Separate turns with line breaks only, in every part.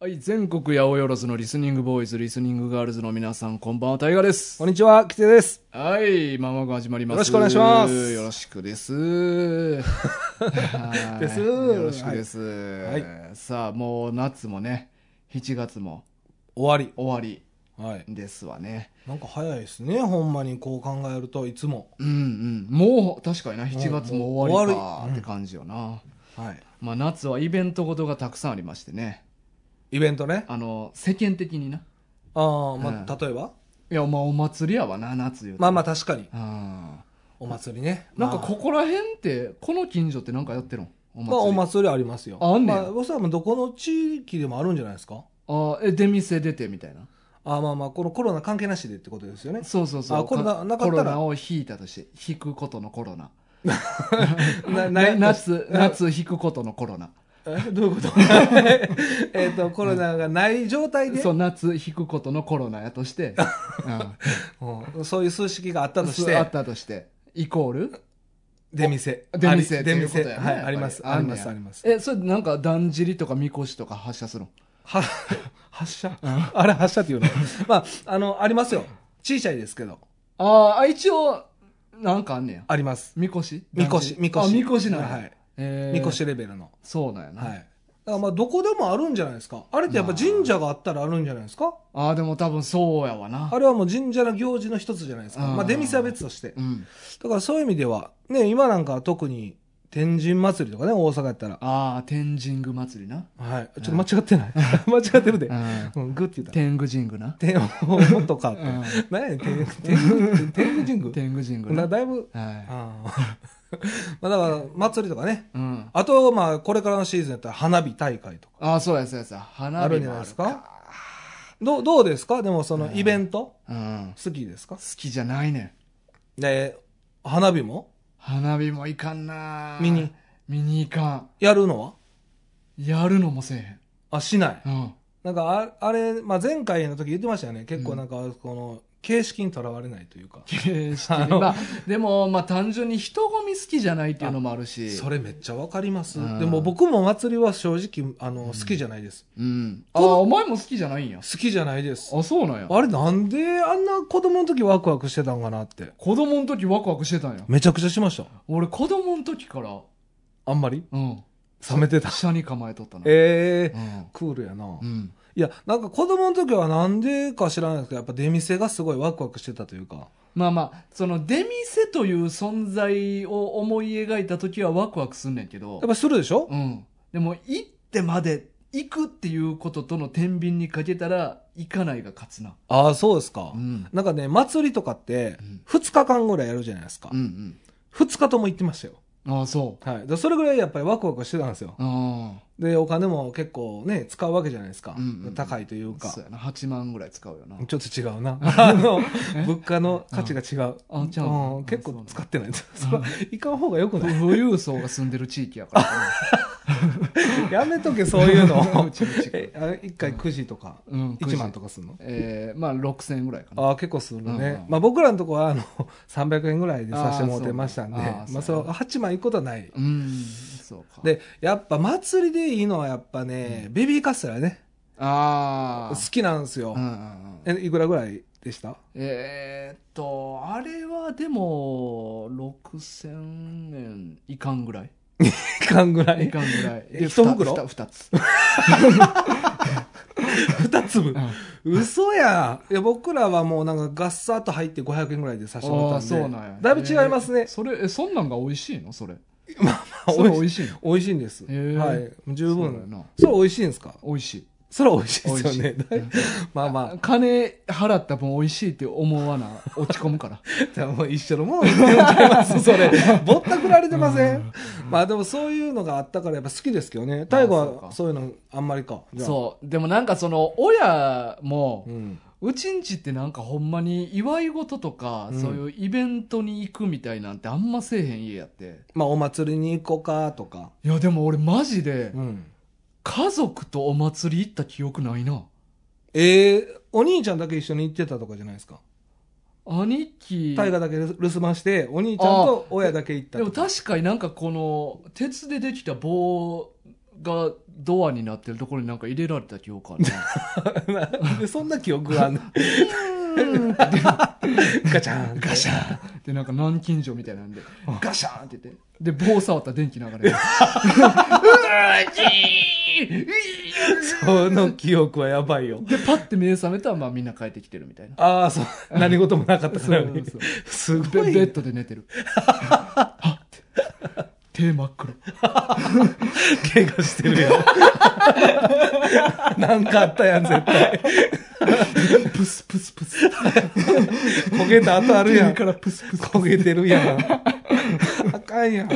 はい、全国八百万のリスニングボーイズ、リスニングガールズの皆さん、こんばんは、タイガです
こ。んにちは、きてです。
はい、まもなく始まります。
よろしくお願いします
よろしくです。 はい
です
よろしくです、
い
さあ、もう夏もね、7月も
終わ
終わり
り。はい。
ですわね。
なんか早いですね、ほんまにこう考えるといつも。
うんうん。もう、確かにな、7月も終わり
もう終
か
わり
って感じよな。
はい。
まあ、夏はイベントごとがたくさんありましてね。
イベントね。
あの、世間的にな。
ああ、ま
う
あ、例えば
いや、まあ、お祭りやわな、夏言うと
まあまあ確かに。
うん
お祭りね。
なんか
まあ
ここら辺って、この近所ってなんかやってるのお祭り。
まあお祭りありますよ。
あんねや
まあ、それはもうどこの地域でもあるんじゃないですか
あーえ、出店出てみたいな。
ああ、まあまあ、このコロナ関係なしでってことですよね。
そうそうそう。
あコロナなかった
コ
ら
ロナを引いたとして、引くことのコロナ。
な
な
な
夏、
な
夏引くことのコロナ。
えどう いうことえっと、コロナがない状態で、
そう、夏引くことのコロナやと して、うん
うんそういう数式があったとし
そうあ
て
っ、たとして、イコール
出店。
出店
あり
と
出
いうこと
店。
やね
は
やっ
い、
ぱり
あります。
あ
あ
ん
り
ねや
ます、あります。
え、それなんか、だんじりとかみこしとか発射するの
は 発射あれ発射っていうの まあ、あの、ありますよ。小さいですけど、
あーあ、一応、なんかあんねや。
あります。
みこし
みこし、みこ
あ、
し。
みこしなんや。
はい。
えー
みこ。しレベルの。
そうなんやな。
はい。だからまあ、どこでもあるんじゃないですか。あれってやっぱ神社があったらあるんじゃないですか。
ああ、でも多分そうやわな。
あれはもう神社の行事の一つじゃないですか。
うん
まあ、出店は別として
う。ん。
だからそういう意味では、ね、今なんか特に天神祭りとかね、大阪やったら。
ああ、天神宮祭りな。
はい。ちょっと間違ってない。 間違ってるで
う。ん。
うん、グって言った。
天狗神宮な。
天、もっとかって
うん。
何やねん、天、天、天神宮
天狗神宮
な
な。
だいぶ、
は
あー まあだから、祭りとかね。
い。うん。
あと、まあ、これからのシーズンやったら花火大会とか。
ああ、そうやそうやそうや。花
ある
火
んじゃ
もあ
ないで
る
す。かどう、どうですかでも、その、イベント、
うん。
好きですか
好きじゃないねん。
で、花火も
花火もいかんな
見に。
見に行か
やるのは
ん。やるのもせえ
あ、しない
へ。ん。うん。
なんか、ああれ、まあ、前回の時言ってましたよね。結構なんか、この、形式にとらわれないというか。
形式
あ
に
の
まあ、でも、まあ単純に人混み好きじゃないっていうのもあるし。
それめっちゃわかります。
うん
でも僕も祭りは正直、あの、好きじゃないです。
うん。ああ、お前も好きじゃないんや。
好きじゃないです。
あ、そうなんや。
あれなんであんな子供の時ワクワクしてたんかなって。
子供の時ワクワクしてたんや。
めちゃくちゃしました。
俺子供の時から、
あんまり
うん。
冷めてた。
下に構えとったな。
ええ
うん。
クールやな
う。ん。
いや、なんか子供の時はなんでか知らないですけど、やっぱ出店がすごいワクワクしてたというか。
まあまあ、その出店という存在を思い描いた時はワクワクすんねんけど
やっ、ぱするでしょ
うん。でも、行ってまで、行くっていうこととの天秤にかけたら、行かないが勝つな。
ああ、そうですか
う。ん。
なんかね、祭りとかって
うん、
2日間ぐらいやるじゃないですか
う。ん
2日とも行ってましたよ。
うん。ああ、そ
はい。だからそれぐらいやっぱりワクワクしてたんですよ。
う。あ
で、お金も結構ね、使うわけじゃないですか。
うんうんうん
高いという
あ。
か
そ。うやな。8万ぐらい使うよな。
ちょっと違う な。あの
え、
物価の価値が違う。
あちゃうの
うん結
あそうな
構
の
使ってない。 それは行かん方がよくない。
富裕層が住んでる地域やから。
やめとけ、そういう
う
の。
ちの地区
え、あれ 一回9時とか、
うん。
1万とかするの
えー、まあ6000円ぐらいかな。
ああ、結構する
うん
ね
うん。
まあ僕らのとこは、あの、300円ぐらいでさせてもらってましたんで
あーそうあー、
まあ
そう
そう、8万行くことはない。
うん。そうか。、
で、やっぱ祭りでいいのはやっぱね、ベビーカステラね。
ああ。
好きなんですよ
うんう。んうん。
え、いくらぐらいでした
えーっと、あれはでも、6000円いかんぐらい。
期間ぐら
い
い
かんぐらい。
え
で
一袋
二二つ。
二粒
う。ん
嘘やんいや僕らはもうなんかガッサッと入って500円ぐらいで差し
あ
持
あ、
ったんで
そうなんや。
だいぶ違います
えー
ね、
それ、え、そんなんが美味しいのそれ。そ
美
れ
味
美
しい
味しいの
美味しいんです、
へえ
はい十
そうや
分
な。
それ美味しいんですか
美味しい。
それ美味しい
美
で
味し
す
い
よねだいぶまあま
金払った分美味しいって思わな、落ち込むから。
あじゃあもう一緒のもん言ってるんちゃいますそれ ぼったくられてません、まあでもそういうのがあったからやっぱ好きですけどね大悟
そうか
はそういうのあんまりかじゃ あ
そう。でもなんかその、親も、
うん、
うちんちってなんかほんまに祝い事とか、
うん
そういうイベントに行くみたいなんてあんませえへん家やって。
まあお祭りに行こうかとか、
いやでも俺マジで、
うん、
家族とお祭り行った記憶ないな。
えー、お兄ちゃんだけ一緒に行ってたとかじゃないですか
兄貴。
大河だけ留守番して、お兄ちゃんと親だけ行った
で
と
も確かになんかこの、鉄でできた棒がドアになってるところになんか入れられた記憶あるな
でそんな記憶があんの ガチャンガシャン
でなんか南京錠みたいなんで
ガシャン
って言ってで棒触ったら電気流れるうーじーうー
その記憶はやばいよ
でパッて目覚めたらまあみんな帰ってきてるみたいな
あ あそう何事もなかったか
そ
ら
うそうそう
す
ベ
ごい
ベッドで寝て るはっって手真っ黒
怪我してるよ なんかあったやん絶対
プスプスプス
焦げた跡あるやん
手からプスプス
焦げてるやん あかんやん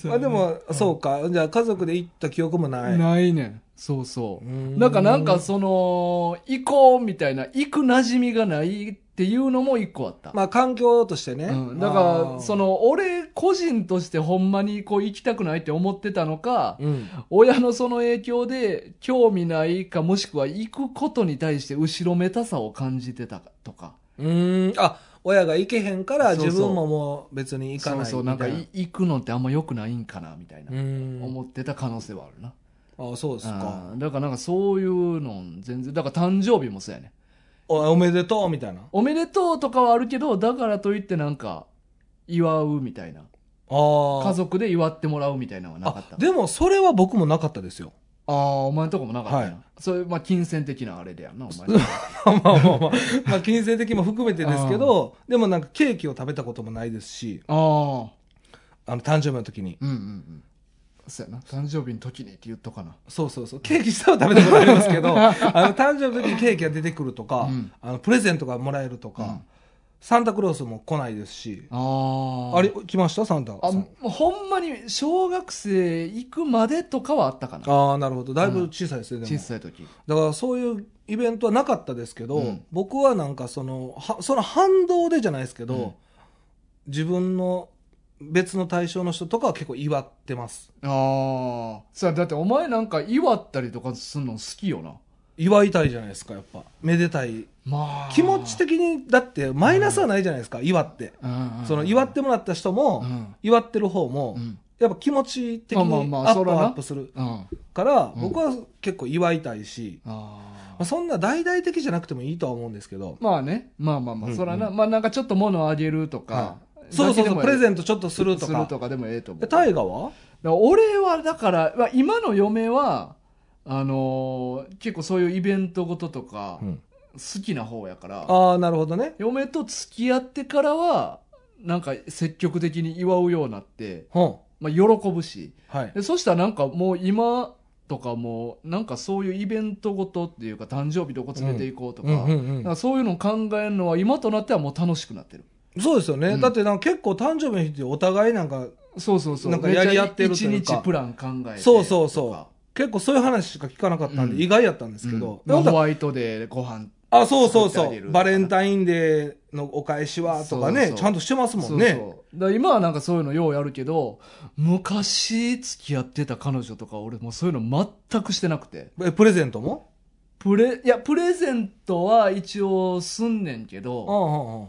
そう
まあでもそうかじゃあ家族で行った記憶もない
ないねんそうそう
うーん
うなんかなんかその行こうみたいな行く馴染みがないっていうのも一個あった、
まあ環境としてね、
うん、だからそ
の
の俺個人としてほんまにこう行きたくないって思ってたのか、
うん
親のその影響で興味ないかもしくは行くことに対して後ろめたさを感じてたとか
うーんあ親が行けへんから
そうそう
自分ももう別に行かないみたい
そうそうなんかい
い
行くのってあんま良くないんかなみたいな、
ん
思ってた可能性はあるな
あそうですか
うんだからなんかそういうの全然だから誕生日もそうやね
おおめでとうみたいな
おめでとうとかはあるけどだからといってなんか祝うみたいな
あー
家族で祝ってもらうみたいなのはなかった
あでもそれは僕もなかったですよ
ああお前のとこもなかったな、
はい
そういう、まあ、金銭的なあれでやんなお前のとこ
まあまあまあまあまあ金銭的も含めてですけどでもなんかケーキを食べたこともないですし
ああ
あの誕生日の時に
うんうんうんそうやな誕生日の時にって言っとかな
そうそうそうケーキしたら食べたことあります けどあの誕生日の時にケーキが出てくるとか、
うん
あのプレゼントがもらえるとか、
うん
サンタクロースも来ないですし
あ
あれ来ましたサンタ
あ
さん
もうほんまに小学生行くまでとかはあったかな
ああなるほどだいぶ小さいですね、で
小
も
さい時
だからそういうイベントはなかったですけど、
うん
僕はなんかそのはその反動でじゃないですけど、
うん
自分の別の対象の人とかは結構祝ってます
ああそうやだってお前なんか祝ったりとかするの好きよな
祝いたいじゃないですかやっぱめでたい
まあ
気持ち的にだってマイナスはないじゃないですか、祝ってその祝ってもらった人も、
うん
祝ってる方も、
うん
やっぱ気持ち的に
まあまあまあ
アッ
そ
プ
らな
アップする
うん
から、
うん
僕は結構祝いたいし、
あ
まあ、そんな大々的じゃなくてもいいとは思うんですけど、
まあねまあまあまあ、
うん
そらなまあなんかちょっと物をあげるとか、
そうそうそうプレ
ン
ゼントちょっとすると
する
か
とかでもええと思
え
う
大河は
だから俺はだから、まあ、今の嫁はあのー結構そういうイベントごととか好きな方やから、
ああなるほどね
嫁と付き合ってからはなんか積極的に祝うようになって、
うん
まあ、喜ぶし
はい
でそしたらなんかもう今とかもなんかそういうイベントごとっていうか誕生日どこ連れていこうとか,、
うんうん
なんかそういうのを考えるのは今となってはもう楽しくなってる
うん、そうですよね、
うん
だってなんか結構誕生日の日ってお互いなんか
そうそうそう
なんかやり合ってると
一
いうか
日プラン考えて
そうそうそう
とか
結構そういう話しか聞かなかったんで、
うん
意外やったんですけど、
うんまあ
なんか
ホワイトデーでご飯
あそうそうそ
作ってあげる
うバレンタインデーのお返しはとか
そ
ね
うそう
ちゃんとしてますもんね
そうそうだから今はなんかそういうのようやるけど昔付き合ってた彼女とか俺もうそういうの全くしてなくて
えプレゼントも
プレいやプレゼントは一応すんねんけ
う
ど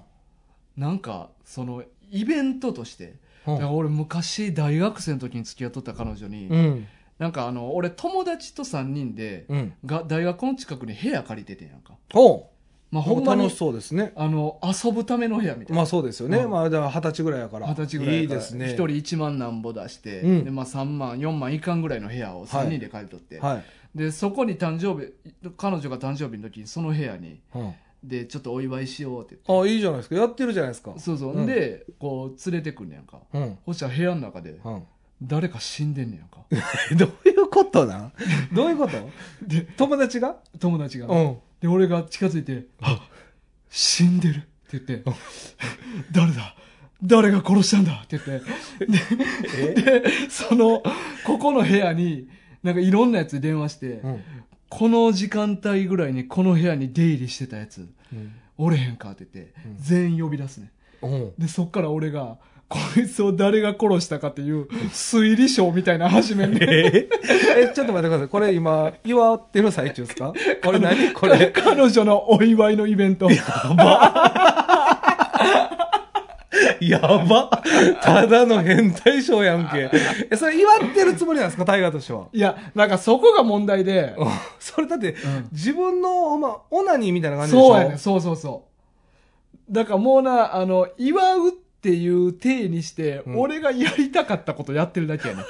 ん
なんかそのイベントとして
う
だ
んう
か
ん
ら俺昔大学生の時に付き合っとった彼女に、
うん
なんかあの俺友達と3人で、
うん
が大学の近くに部屋借りててんやんか、
おう
まあ、ほんま
楽
に
しそうですね
あの遊ぶための部屋みたいな
まあそうですよね、
うん
まあだから二十歳ぐらいやから
二十歳ぐらい
い
や
い
から
ですね
1人1万なんぼ出して、
うん
でまあ、3万4万いかんぐらいの部屋を3人で借りとって、
はい、
でそこに誕生日彼女が誕生日の時にその部屋に
うん
でちょっとお祝いしようって言って
あいいじゃないですかやってるじゃないですか
そうそう、
うん
でこう連れてくんねやんか
うん、
そしたら部屋の中で
うん、
誰か死んでんねやんか
どういうことなんどういうことで友達が
友達が、
うん
で俺が近づいて「あ死んでる」って言って「誰だ誰が殺したんだ」って言って
え
でそのここの部屋になんかいろんなやつに電話して、
うん
この時間帯ぐらいにこの部屋に出入りしてたやつ
うん
おれへんかって言って、
うん
全員呼び出すね
うん
でそっから俺がこいつを誰が殺したかっていう推理ショーみたいなの始めんね
ええちょっと待ってくださいこれ今祝ってる最中です かこれ何これ
彼女のお祝いのイベント
やばただの変態賞やんけ。え、それ祝ってるつもりなんですか、大河としては。
いや、なんかそこが問題で、
それだって、
ん
自分の、まあ、オナニーみたいな感じでしょ
そうやねんそうそうそうだからもうなあの祝うっていう体にして、
うん
俺がやりたかったことやってるだけやねん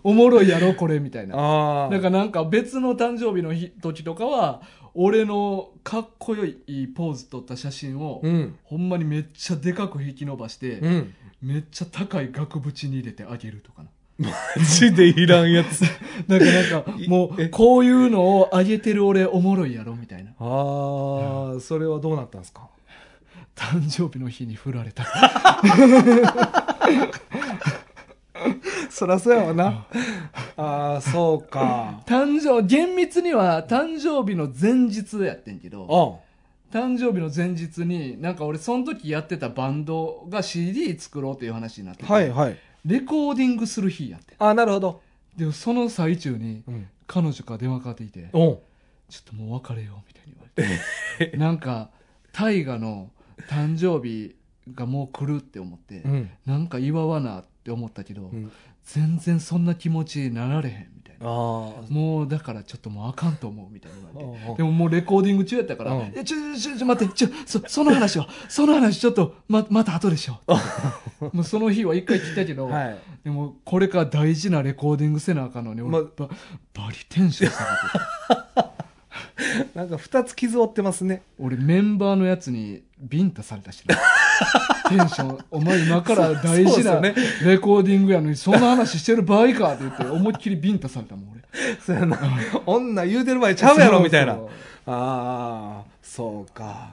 おもろいやろこれみたいな
ああ。
だからなんか別の誕生日の日時とかは俺のかっこよいポーズ撮った写真を、
うん。
ほんまにめっちゃでかく引き伸ばして、
うん。
めっちゃ高い額縁に入れてあげるとかな
マジでいらんやつ。
なんかなんか
い
も
え
うこういうのをあげてる俺おもろいやろみたいな
ああ、それはどうなったんですか
誕生日の日に振られた
そらそうやわな。 ああ、そう か。
誕生厳密には誕生日の前日やってんけど
あ
誕生日の前日になんか俺その時やってたバンドが CD 作ろうという話になってて
はいはい。
レコーディングする日やって
ああ、なるほど。
んでその最中に
うん。
彼女から電話かかってきて「
おん。
ちょっともう別れよう」みたいに言われてなんか大河の誕生日がもう来るって思って、
うん。
なんか祝わなって思ったけど、
うん
全然そんな気持ちになられへんみたいな
ああ。
もうだからちょっともうあかんと思うみたいな言われて
ああ
でももうレコーディング中やったから、
うん
えちょ、ちょ、ちょ、待って、ちょ、そ、その話は、その話ちょっと、ま、また後でしょ。もうその日は一回聞いたけど、
はい。
でもこれから大事なレコーディングせなあかんのに、俺、
ま
ば、バリテンション下が ってた
なんか二つ傷負ってますね。
俺メンバーのやつにビンタされたし な。テンション、お前今から大
そ
事
うそ
な
うで
レ
す
コーディングやのに、そんな話してる場合かって言って、思いっきりビンタされたもん、俺。
そうやな。 女言うてる場合ちゃうやろ、みたいな
そう。
ああ、そうか。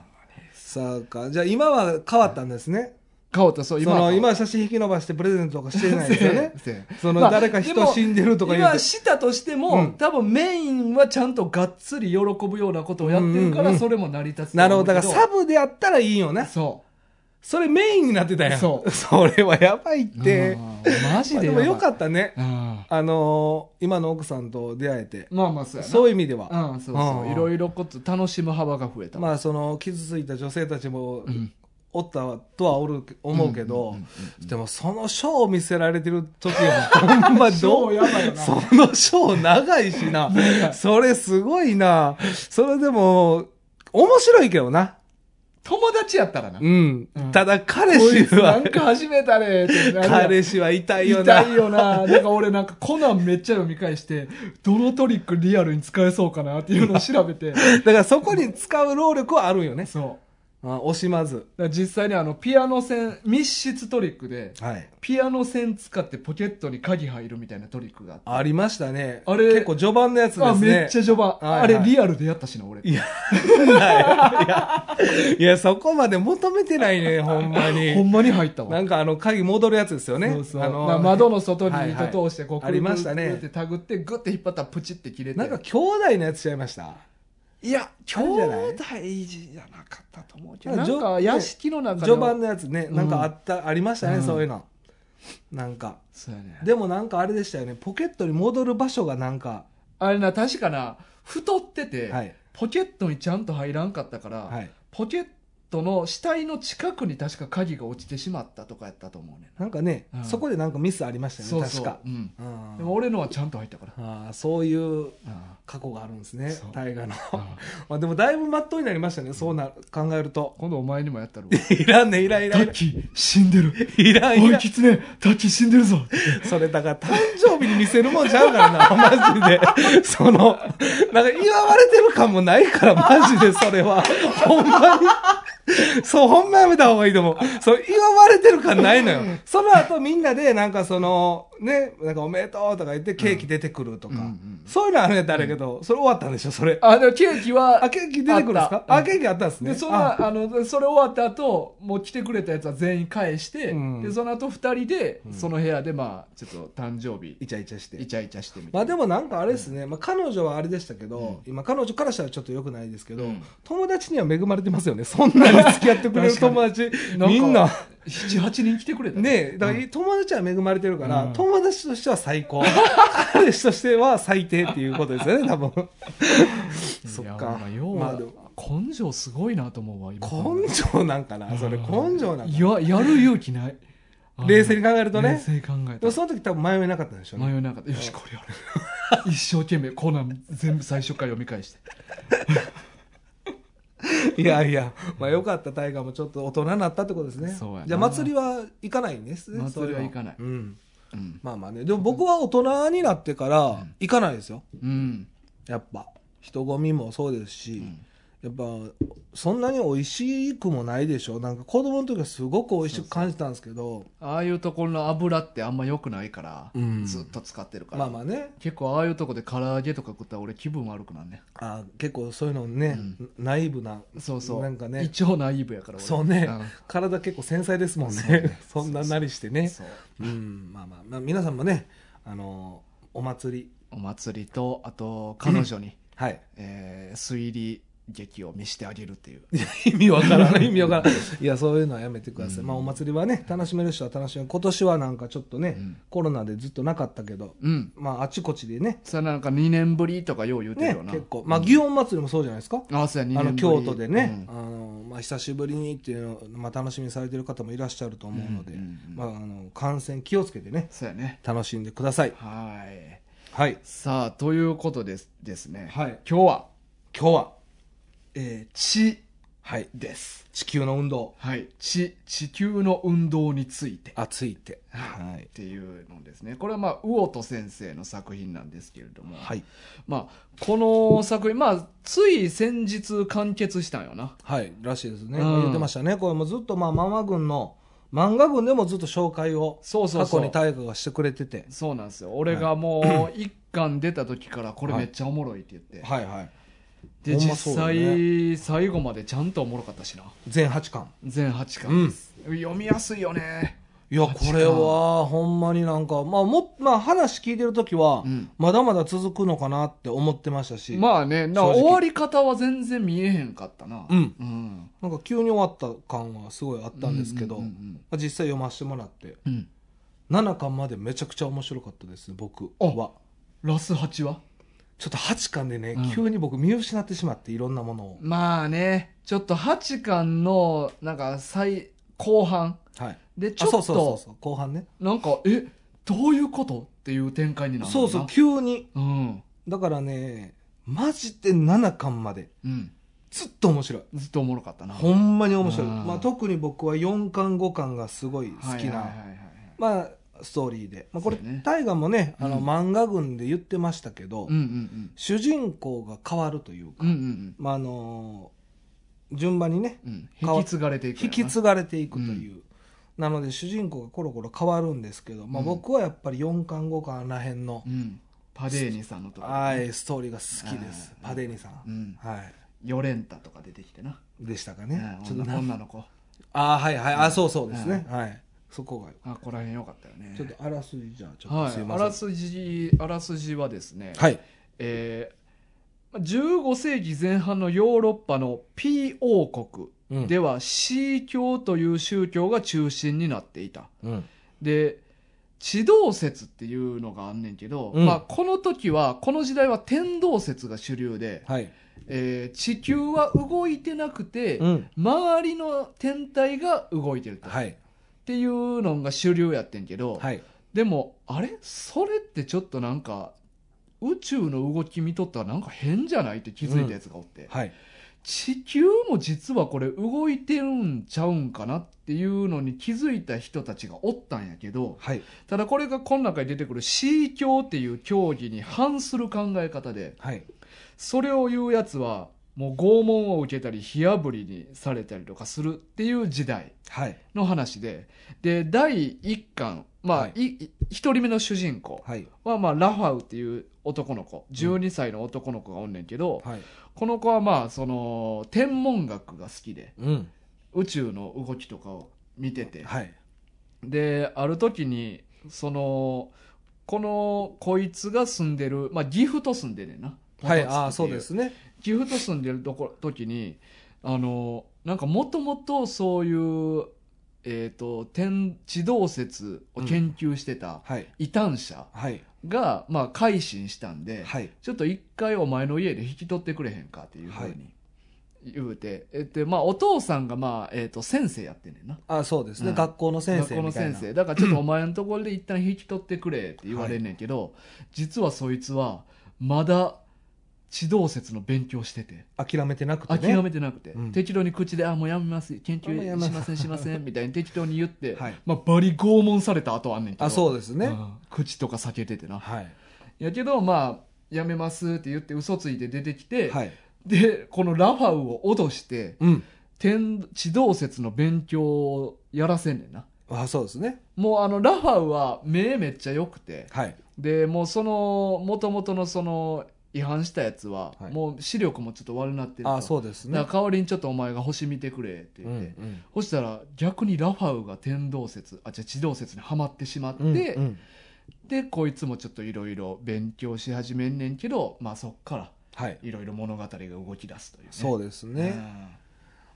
そうか。じゃあ今は変わったんですね。
顔とそう、
今
今
その
は。
今は写真引き伸ばしてプレゼントとかしてないですよね
せや
その
まあ
誰か人死んでるとか言う
今
て。
したとしても、
うん
多分メインはちゃんとがっつり喜ぶようなことをやってるか
うんうんう
ら
ん
それも成り立つと
なる
思
ほ
う
ど。
け
だからサブでやったらいいよな。
そ
それメインになってたやん。
そう
それはやばいっ
う
て。
うんマジ
まあ
で
で
や
も
ばい
よかったね。
うん
あのー今の奥さんと出会えて。
まあまあそうやな
そういう意味では。
うん、そうそう、
うん
いろいろこと楽しむ幅が増えた、
まあその傷ついた女性たちも
うん
おったとはおる思うけど、
うんうんうん
でもそのショーを見せられてる 時はほんまど
そう
う
やばいよな。
そのショー長いしなそれすごいなそれでも面白いけどな
友達やったらな、
うん、
うん
ただ彼
こいつ
氏
な
は
んか始めたねってなるやん
彼氏は痛いよな
痛いよな。なんか俺なんかコナンめっちゃ読み返して、どのトリックリアルに使えそうかなっていうのを調べ て。
だからそこに使う労力はあるんよね
そう。
あ惜しまず
だから実際にあのピアノ線、密室トリックで、
はい
ピアノ線使ってポケットに鍵入るみたいなトリックがあって。
ありましたね
あれ
結構序盤のやつですね
あ、めっちゃ序盤。
はいはい
あれリアルでやったしな、俺。
いや、ないいや、そこまで求めてな いね、ほんま
ほ
に。
んまに入ったわ。
なんかあの、鍵戻るやつですよね。
そうそう
あ
な
の
窓の外に
はいは
糸
い
通してこう、
ありました
くる
ね
くるくるってたぐってグッて引っ張ったらプチって切れて
なんか兄弟のやつちゃいました。
いや兄
れじゃない
弟じゃなかったと思うけどな
なんか
んか屋敷の中で
序盤のやつね、
うん
なんかあった、ありましたね、
うん
そういうの。なんか。
そうやね
でもなんかあれでしたよね、ポケットに戻る場所がなんか、
あれな確かな太ってて、
はい。
ポケットにちゃんと入らんかったから、
はい。
ポケットの死体の近くに確か鍵が落ちてしまったとかやったと思うねん
なんかね、
うん
そこでなんかミスありましたよ
そ
ね、
うそう
確か。
うん、
うん
でも俺のはちゃんと入ったから、
あーそういう
あ
過去があるんですね
そう、
大河の。
あああ
まあでもだいぶまっとうになりましたね、そうな、考えると。
今度お前にもやっ たろ
いらんねんいらんいら
タ
んい
ッ
らん。
キー死んでる
いらんい
おい
らん
キツネタッキー死んで るぞ
それだから誕生日に見せるもんちゃうからな、 マジで。その、なんか祝われてる感もないから、マジでそれは。 ほんまに。そう、ほんまやめた方がいいと思う。そう、祝われてる感ないのよ。その後みんなで、なんかその、ね、なんかおめでとうとか言ってケーキ出てくるとか。
うんうんうん
そういうのあるんやったらあれやけど、それ終わったんでしょ、それ。
あでもケーキは
あ、ケーキ出てくるんです
あ
か
った
あケーキあったんですね。
でその
あ
あのそれ終わった後もう来てくれたやつは全員返して、
うん
でその後二人で、その部屋でまあちょっと誕生日
イチャイチャして
イ。チャイチャしてみたいな
まあでもなんかあれですね、まあ、彼女はあれでしたけど、今彼女からしたらちょっと良くないですけど、
うん
友達には恵まれてますよねそんなに付き合ってくれる友達
なんか
みんな
78人来てくれた
ねえ、だから友達は恵まれてるから、
うん
友達としては最 高。彼氏としては最低っていうことですよね、多分。そっ
いや
か
まあ。要
まあ
は
でも
根性すごいなと思うわ今
根性なんかな、それ根性なんか
いややる勇気ない
な。 冷静に
考
考えると
冷
ね。
静に考え
で
た
も
ら
その時多分迷いなかったんでしょうね。
迷いなかったよしこれやる 一生懸命コナン全部最初から読み返して
いやいや、まあよかった大河もちょっと大人になったってことですね。
そうやな
じゃあ祭りは行かないんですね。
祭りは行かない
それうん。
うん、
まあまあね。でも僕は大人になってから行かないですよ。
うん
やっぱ。人混みもそうですし。
うん
やっぱそんなに美味しくもないでしょなんか子供の時はすごく美味しく感じたんですけど
ああいうところの油ってあんま良くないから、
うん
ずっと使ってるから、
まあまあね
結構ああいうとこで唐揚げとか食ったら俺気分悪くなんね
あ結構そういうのね、内部な
そうそう
なんかね
一応ナイーブやから俺
そうね、
ん
体結構繊細ですもんね
そうね
そんななりしてね
そう
うんまあまあ、まあ、皆さんもねあのお祭り
お祭りとあと彼女に、
はい
えー推理劇を見してあげるっていう
意味わか らない意味わから ないいやそういうのはやめてください、
うん
まあお祭りはね楽しめる人は楽しめる今年はなんかちょっとね、
うん
コロナでずっとなかったけど
うん
まああちこちでね
それなんか2年ぶりとかよう言うてる
ね
よ、な、
結構、まあ、祇園祭りもそうじゃないですか、
あそうや2年ぶ
あの
り
京都でね、あのまあ、久しぶりにっていうのを、まあ、楽しみにされてる方もいらっしゃると思うので、
うんうんうん
まあ、あの感染、気をつけてね、
そうやね
楽しんでください。
はい
はい、
さあということですですね、
はい
今日は、
今日は、
えー、地
はい、
です
地球の運動、
はい地地球の運動について
あついて、
は、
はい
っ
い、
ていうのですねこれはまあ魚戸先生の作品なんですけれども、
はい、
まあ、この作品、まあ、つい先日完結したんよな
はい、らしいですね、
うん
言ってましたね、これもずっと、まあ、ママ軍の、漫画軍でもずっと紹介を、
そうそうそう
過去に大河がしてくれてて、
そうなんですよ俺がもう 一巻出た時からこれめっちゃおもろいって言って、
はいはい、
で
ほん
実
まそうだね
際最後までちゃんとおもろかったしな
全8巻。
全8巻です、読みやすいよね
いや、
マジ
こ
か
れは、ほんまになんか、まあ、も、まあ、話聞いてるときは
うん、
まだまだ続くのかなって思ってましたし、
まあねな
正直
終わり方は全然見えへんかったな
うん
うん
なんか急に終わった感はすごいあったんですけど、
うんうん
まあ実際読ませてもらって、
うんうん
7巻までめちゃくちゃ面白かったです、僕
あ
は。
ラス8は
ちょっと8巻でね、
うん
急に僕見失ってしまって、いろんなものを。
まあねちょっと8巻のなんか最後半
はい。
でち
あ、
ょっ
そうそうそう
と
そう、後半ね。
なんかえどういうことっていう展開になる
そうそう、急に。
うん
だからね、マジで7巻まで、
うん
ずっと面白い。
ずっとおもろかったな
ほんまに面白い。
うん
まあ、特に僕は4巻、5巻がすごい好き
はいはい
な
はいはい
まあ、ストーリーで、まあ、これ、
そうね
大河もねあの、
うん
漫画群で言ってましたけど、
うんうん
主人公が変わるというか、
うんうんうん
まああのー順番にね
うんうん引き継がれていく
引き継がれていくという、なので主人公がコロコロ変わるんですけど、まあ、
うん
僕はやっぱり4巻5巻らへんの
う、んパデーニさんのとこ
はいストーリーが好きです
うん
パデーニさん、
うん
はい
ヨレンタとか出てきてな
でしたかね、
うん
ちょっと
女
な
女の子
あーはいはいあそうそうですね、はいそこが
あこら辺よかったよね
ちょっとあらすじじゃあちょっ
は
とすい
い、
ま
あ
せん、
らすじあらすじはですね、
はい
えーまあ15世紀前半のヨーロッパの P 王国
うん
では C 教という宗教が中心になっていた
うん
で地動説っていうのがあんねんけど、
うん
まあ、この時はこの時代は天動説が主流で、
はい
えー地球は動いてなくて、
うん
周りの天体が動いてると、
はい
っていうのが主流やってんけど、
はい
でもあれそれってちょっとなんか宇宙の動き見とったらなんか変じゃないって気づいたやつがおって、
はい
地球も実はこれ動いてるんちゃうんかなっていうのに気づいた人たちがおったんやけど
はい
ただこれがこの中に出てくる C 教っていう教義に反する考え方で
はい
それを言うやつはもう拷問を受けたり火あぶりにされたりとかするっていう時代
はい
の話でで第1巻まあ、
はい
いい一人目の主人公、
はい
は、まあ、ラファウっていう男の子12歳の男の子がおんねんけど、
はい
この子はまあその天文学が好きで
うん
宇宙の動きとかを見てて、
はい
である時にそのこのこいつが住んでる、まあ、岐阜と住んでんねんな
は
元
い
々
ああ
ってい
そうですね
岐阜と住んでるとこ時にあのなんかもともとそういうえー、と天地動説を研究してた
はい。
異端者
はい。
が、まあ、改心したんで、
はい。
ちょっと一回お前の家で引き取ってくれへんかっていうふうに言うて、えってまあ、お父さんが、まあえー、と先生やってんねんな
あ、そうです
う
ね。
ん
学校の先
学
生
校の
みたい
先
な。
生だからちょっとお前のところで一旦引き取ってくれって言われんねんけど、実はそいつはまだ地動説の勉強してて
諦めてなくてね。
諦めてなくて、
うん
適当に口で「あもうやめます研
あ
究
もうやめます
しませんしません」みたいに適当に言って、
はい。
まあ、バリ拷問された後あんねんけど
あ、そうですね。
うん口とか避けててな
はい。
やけどまあやめますって言って嘘ついて出てきて、
はい。
でこのラファウを脅して
うん。
天地動説の勉強をやらせんねんな
あ、そうですね。
もうあのラファウは目めっちゃ良くて
はい。
でもうそのもともとのその違反したやつは、
はい
もう視力もちょっと悪なってると
あ、そうですね
だ。から代わりにちょっとお前が星見てくれって言
うん
っ
う
て、
ん
そしたら逆にラファウが天動説あじゃあ地動説にはまってしまって、
うんうん
でこいつもちょっといろいろ勉強し始めんねんけどまあそっから
はい。
いろいろ物語が動き出すというね
そうですね。
ね、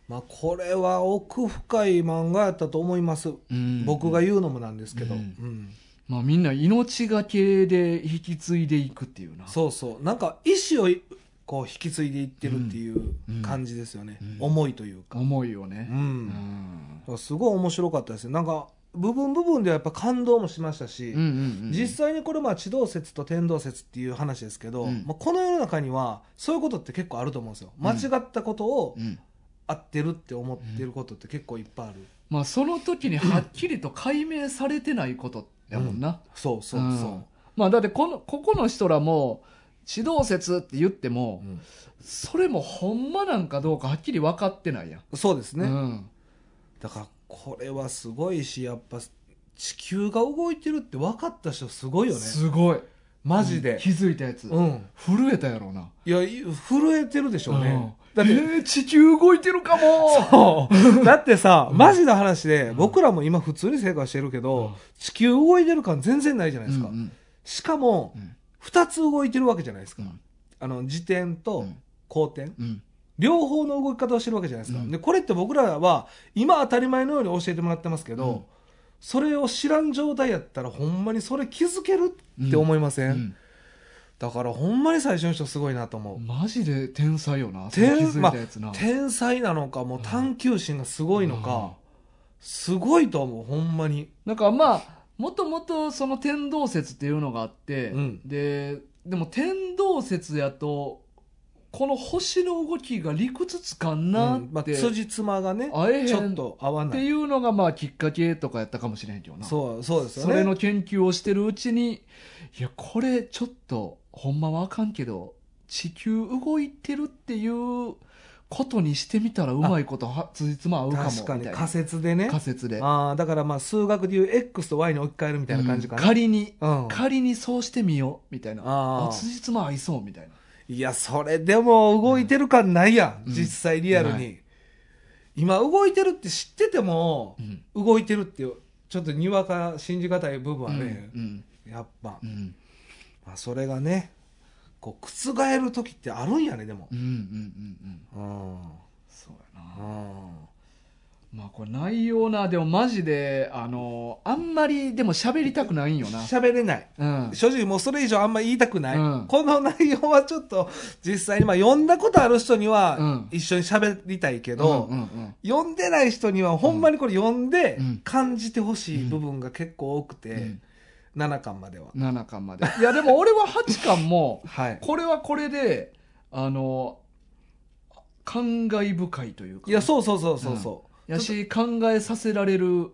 まあ、これは奥深い漫画やったと思います。
うん
僕が言うのもなんですけど。
う
うんん
まあみんな命がけで引き継いでいくっていうな
そうそう。なんか、意志をいこう引き継いでいってるっていう
うん
感じですよね
うん。
思いというか。
思いをね
う、。
うんん
だからすごい面白かったですね。なんか、部分部分ではやっぱ感動もしましたし
うんう、んうん
実際にこれまあ地動説と天動説っていう話ですけど、
うん
まあ、この世の中にはそういうことって結構あると思うんですよ間違ったことを
うん
合ってるって思ってることって結構いっぱいある、
まあその時にはっきりと解明されてないことやもんな、
そうそう
うん
そ
まあだってこのここの人らも地動説って言って
う、
も、
うん
それもほんまなんかどうかはっきり分かってないやん
そうですね、
うん
だからこれはすごいしやっぱ地球が動いてるって分かった人すごいよね
すごい
マジで
気づいたやつ、
うん、
震えたやろうない
やい震えてるでしょうね、
だって、えー地球動いてるかも
そうだってさ、マジな話で、僕らも今普通に生活してるけど、
うん
地球動いてる感全然ないじゃないですか。
うんうん
しかも
う、ん
二つ動いてるわけじゃないです
う
か。
ん
あの、自転
う
と
ん
後転。
うん
両方の動き方をしてるわけじゃないですか。
うん
で、これって僕らは、今当たり前のように教えてもらってますけど、
うん
それを知らん状態やったら、ほんまにそれ気づけるって思いません、
うん
だから、ほんまに最初の人すごいなと思う。
マジで天才よなそれ
天
気づいたやつな、
天才なのか、もう探求心がすごいの
うん
か、すごいと思う、ほんまに。
なんかまあもともとその天動説っていうのがあって、
うん
ででも天動説やとこの星の動きが理屈つかんなっ
うんまあ、
て、
辻褄がね、
合えへん
ちょっと合わ
って
ない。
いうのがまあきっかけとかやったかもしれへんけどな
そう、そうですよ
そ
ね。
れの研究をしてるうちにいやこれちょっとほんまはあかんけど地球動いてるっていうことにしてみたらうまいことはつじつま合うかもみ
確かに
たいな
仮説でね
仮説で
ああだからまあ数学でいう X と Y に置き換えるみたいな感じか
うん
な、
仮に
うん
仮にそうしてみようみたいな
あー
あつじつま合いそうみたいない
やそれでも動いてる感ないやん、
うん
実際リアルに、
な
今動いてるって知ってても
うん
動いてるってちょっとにわか信じがたい部分はね、
うん
やっぱ、
うん
まあ、それがねこう覆る時ってあるんやねでも
うんうんうんうん
うん、うん、
そうやなまあこれ内容なでもマジであのあんまりでも喋りたくないんよな
喋れない
うん
正直もうそれ以上あんま言いたくない、
うん
この内容はちょっと実際にまあ読んだことある人に
う
は
ん
一緒に喋りたいけど、
うんうんうん
読んでない人にはほんまにこれ読んで
うん
感じてほしい部分が結構多くて、
うん
7巻までは、
7巻までいやでも俺は8巻も
はい
これはこれであの感慨深いというか
いやそうそうそうそうそう、
やし考えさせられる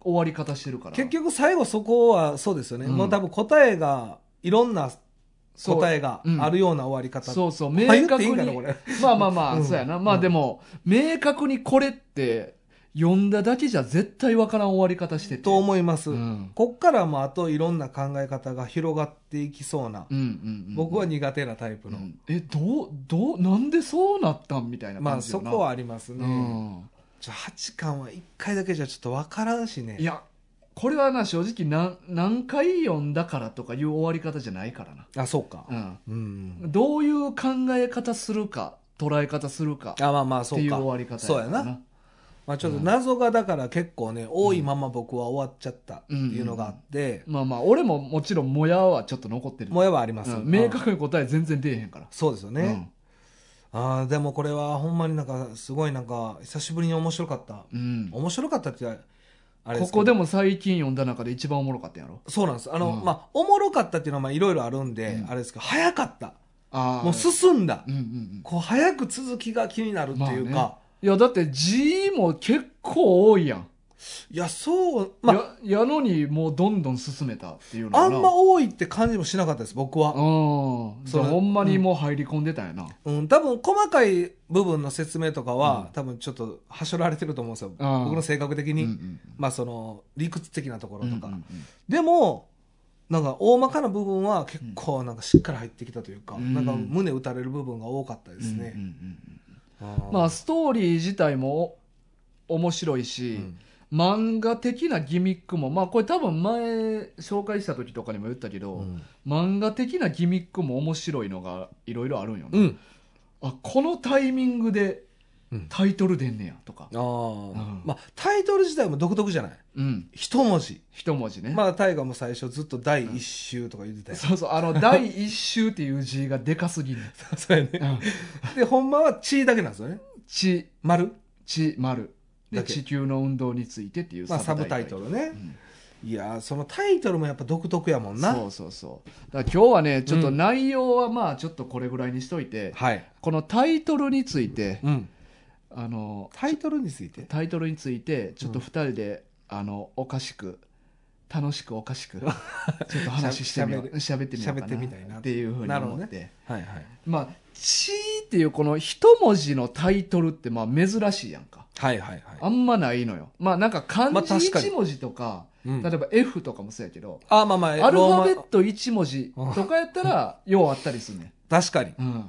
終わり方してるから
結局最後そこはそうですよね、
うん
もう多分答えがいろんな
そう
答えがあるような終わり方
そうそう
ま
明
あ言っ
確
ていいんかな
に
これ
まあまあまあ、
うん
そうやな。まあでも、明確にこれって、読んだだけじゃ絶対わからん終わり方してて。
と思います、
うん。
こっからもあといろんな考え方が広がっていきそうな、
うんうんうんうん
僕は苦手なタイプの、
うんえ、どう、どう、なんでそうなったんみたいな
ま
感
あ
じよ
そ
な。
こはありますね、
う
ちょ8巻は1回だけじゃちょっと分からんしね
ん。いや、これはな、正直何、何回読んだからとかいう終わり方じゃないからな。
あそうかうん、
うん。どういう考え方するか、捉え方するか。
あまあまあ
っ
そ
ていうう
か
終わり方
そうやな、まあ、ちょっと謎がだから結構ね、多いまま僕は終わっちゃったっていうのがあって、
まあまあ、俺ももちろん、もやはちょっと残ってる。
もやはあります、
うん明確に答え全然出えへんから。
そうですよね、ああでもこれはほんまになんかすごいなんか久しぶりに面白かった、
うん。
面白かったってあ
うん。
れ
こ
ですけど
こでも最近読んだ中で一番おもろかったんやろ。
そうなんですあの、
うん
まあおもろかったっていうのはまあいろいろあるんで、
うん
あれですけど早かった
ああ。
もう進んだ、
うんうんうん。
こう早く続きが気になるっていうか、
まあいや、だって字も結構多いやん。
いやそうまあ
ややのにもうどんどん進めたっていうのか
あん
な
ま多いって感じもしなかったです僕は、
うん
そ
そううほんまにもう入り込んでたんやな、
うん、多分細かい部分の説明とかは、
うん
多分ちょっとはしょられてると思うんですよ、
あー
僕の性格的
うん
に、
うん
まあその理屈的なところ
うん
と
う
か、
んうん
でもなんか大まかな部分は結構なんかしっかり入ってきたというか、
うん
なんか胸打たれる部分が多かったです
うんう
ね、
んうんま
ま
あストーリー自体もお面白いし、漫画的なギミックもまあこれ多分前紹介した時とかにも言ったけど、
うん
漫画的なギミックも面白いのがいろいろあるんよね、
うん
あこのタイミングで
うん
タイトル出んねやとか、
あー
うん
まあタイトル自体も独特じゃない
うん、
一文字
一文字ね、
まあ大河も最初ずっと第一週とか言ってたよ、
そうそうあ の第一週っていう字がでかすぎる、
そうやねでほんまは「地」だけなんですよね
地
「丸
地丸で
だけ
地球の運動についてっていう
まあサブタイト
ル、
ルね
う、ん
いやーそのタイトルもやっぱ独特やもんな
そうそうそうだから今日はねちょっと
うん
内容はまあちょっとこれぐらいにしといて、
はい、
このタイトルについて
うん、
あの
タイトルについて
タイトルについてちょっと2人で、あのおかしく楽しくおかしくちょっと話してみよう 喋ってみようかな
喋ってみたいな
っていうふうに
なるほ
思
ど
っ
ね
て、
はいはい
まあ「地」っていうこの一文字のタイトルってまあ珍しいやんか
はいはいはい
あんまないのよまあなんか漢
まあ
字
確かに
1文字とか,、
うん
例えば F とかもそうやけど、
あまあまあ
アルフ
ロー
ァ
マ
ベット1文字とかやったらようあったりするね、
確かに
うん、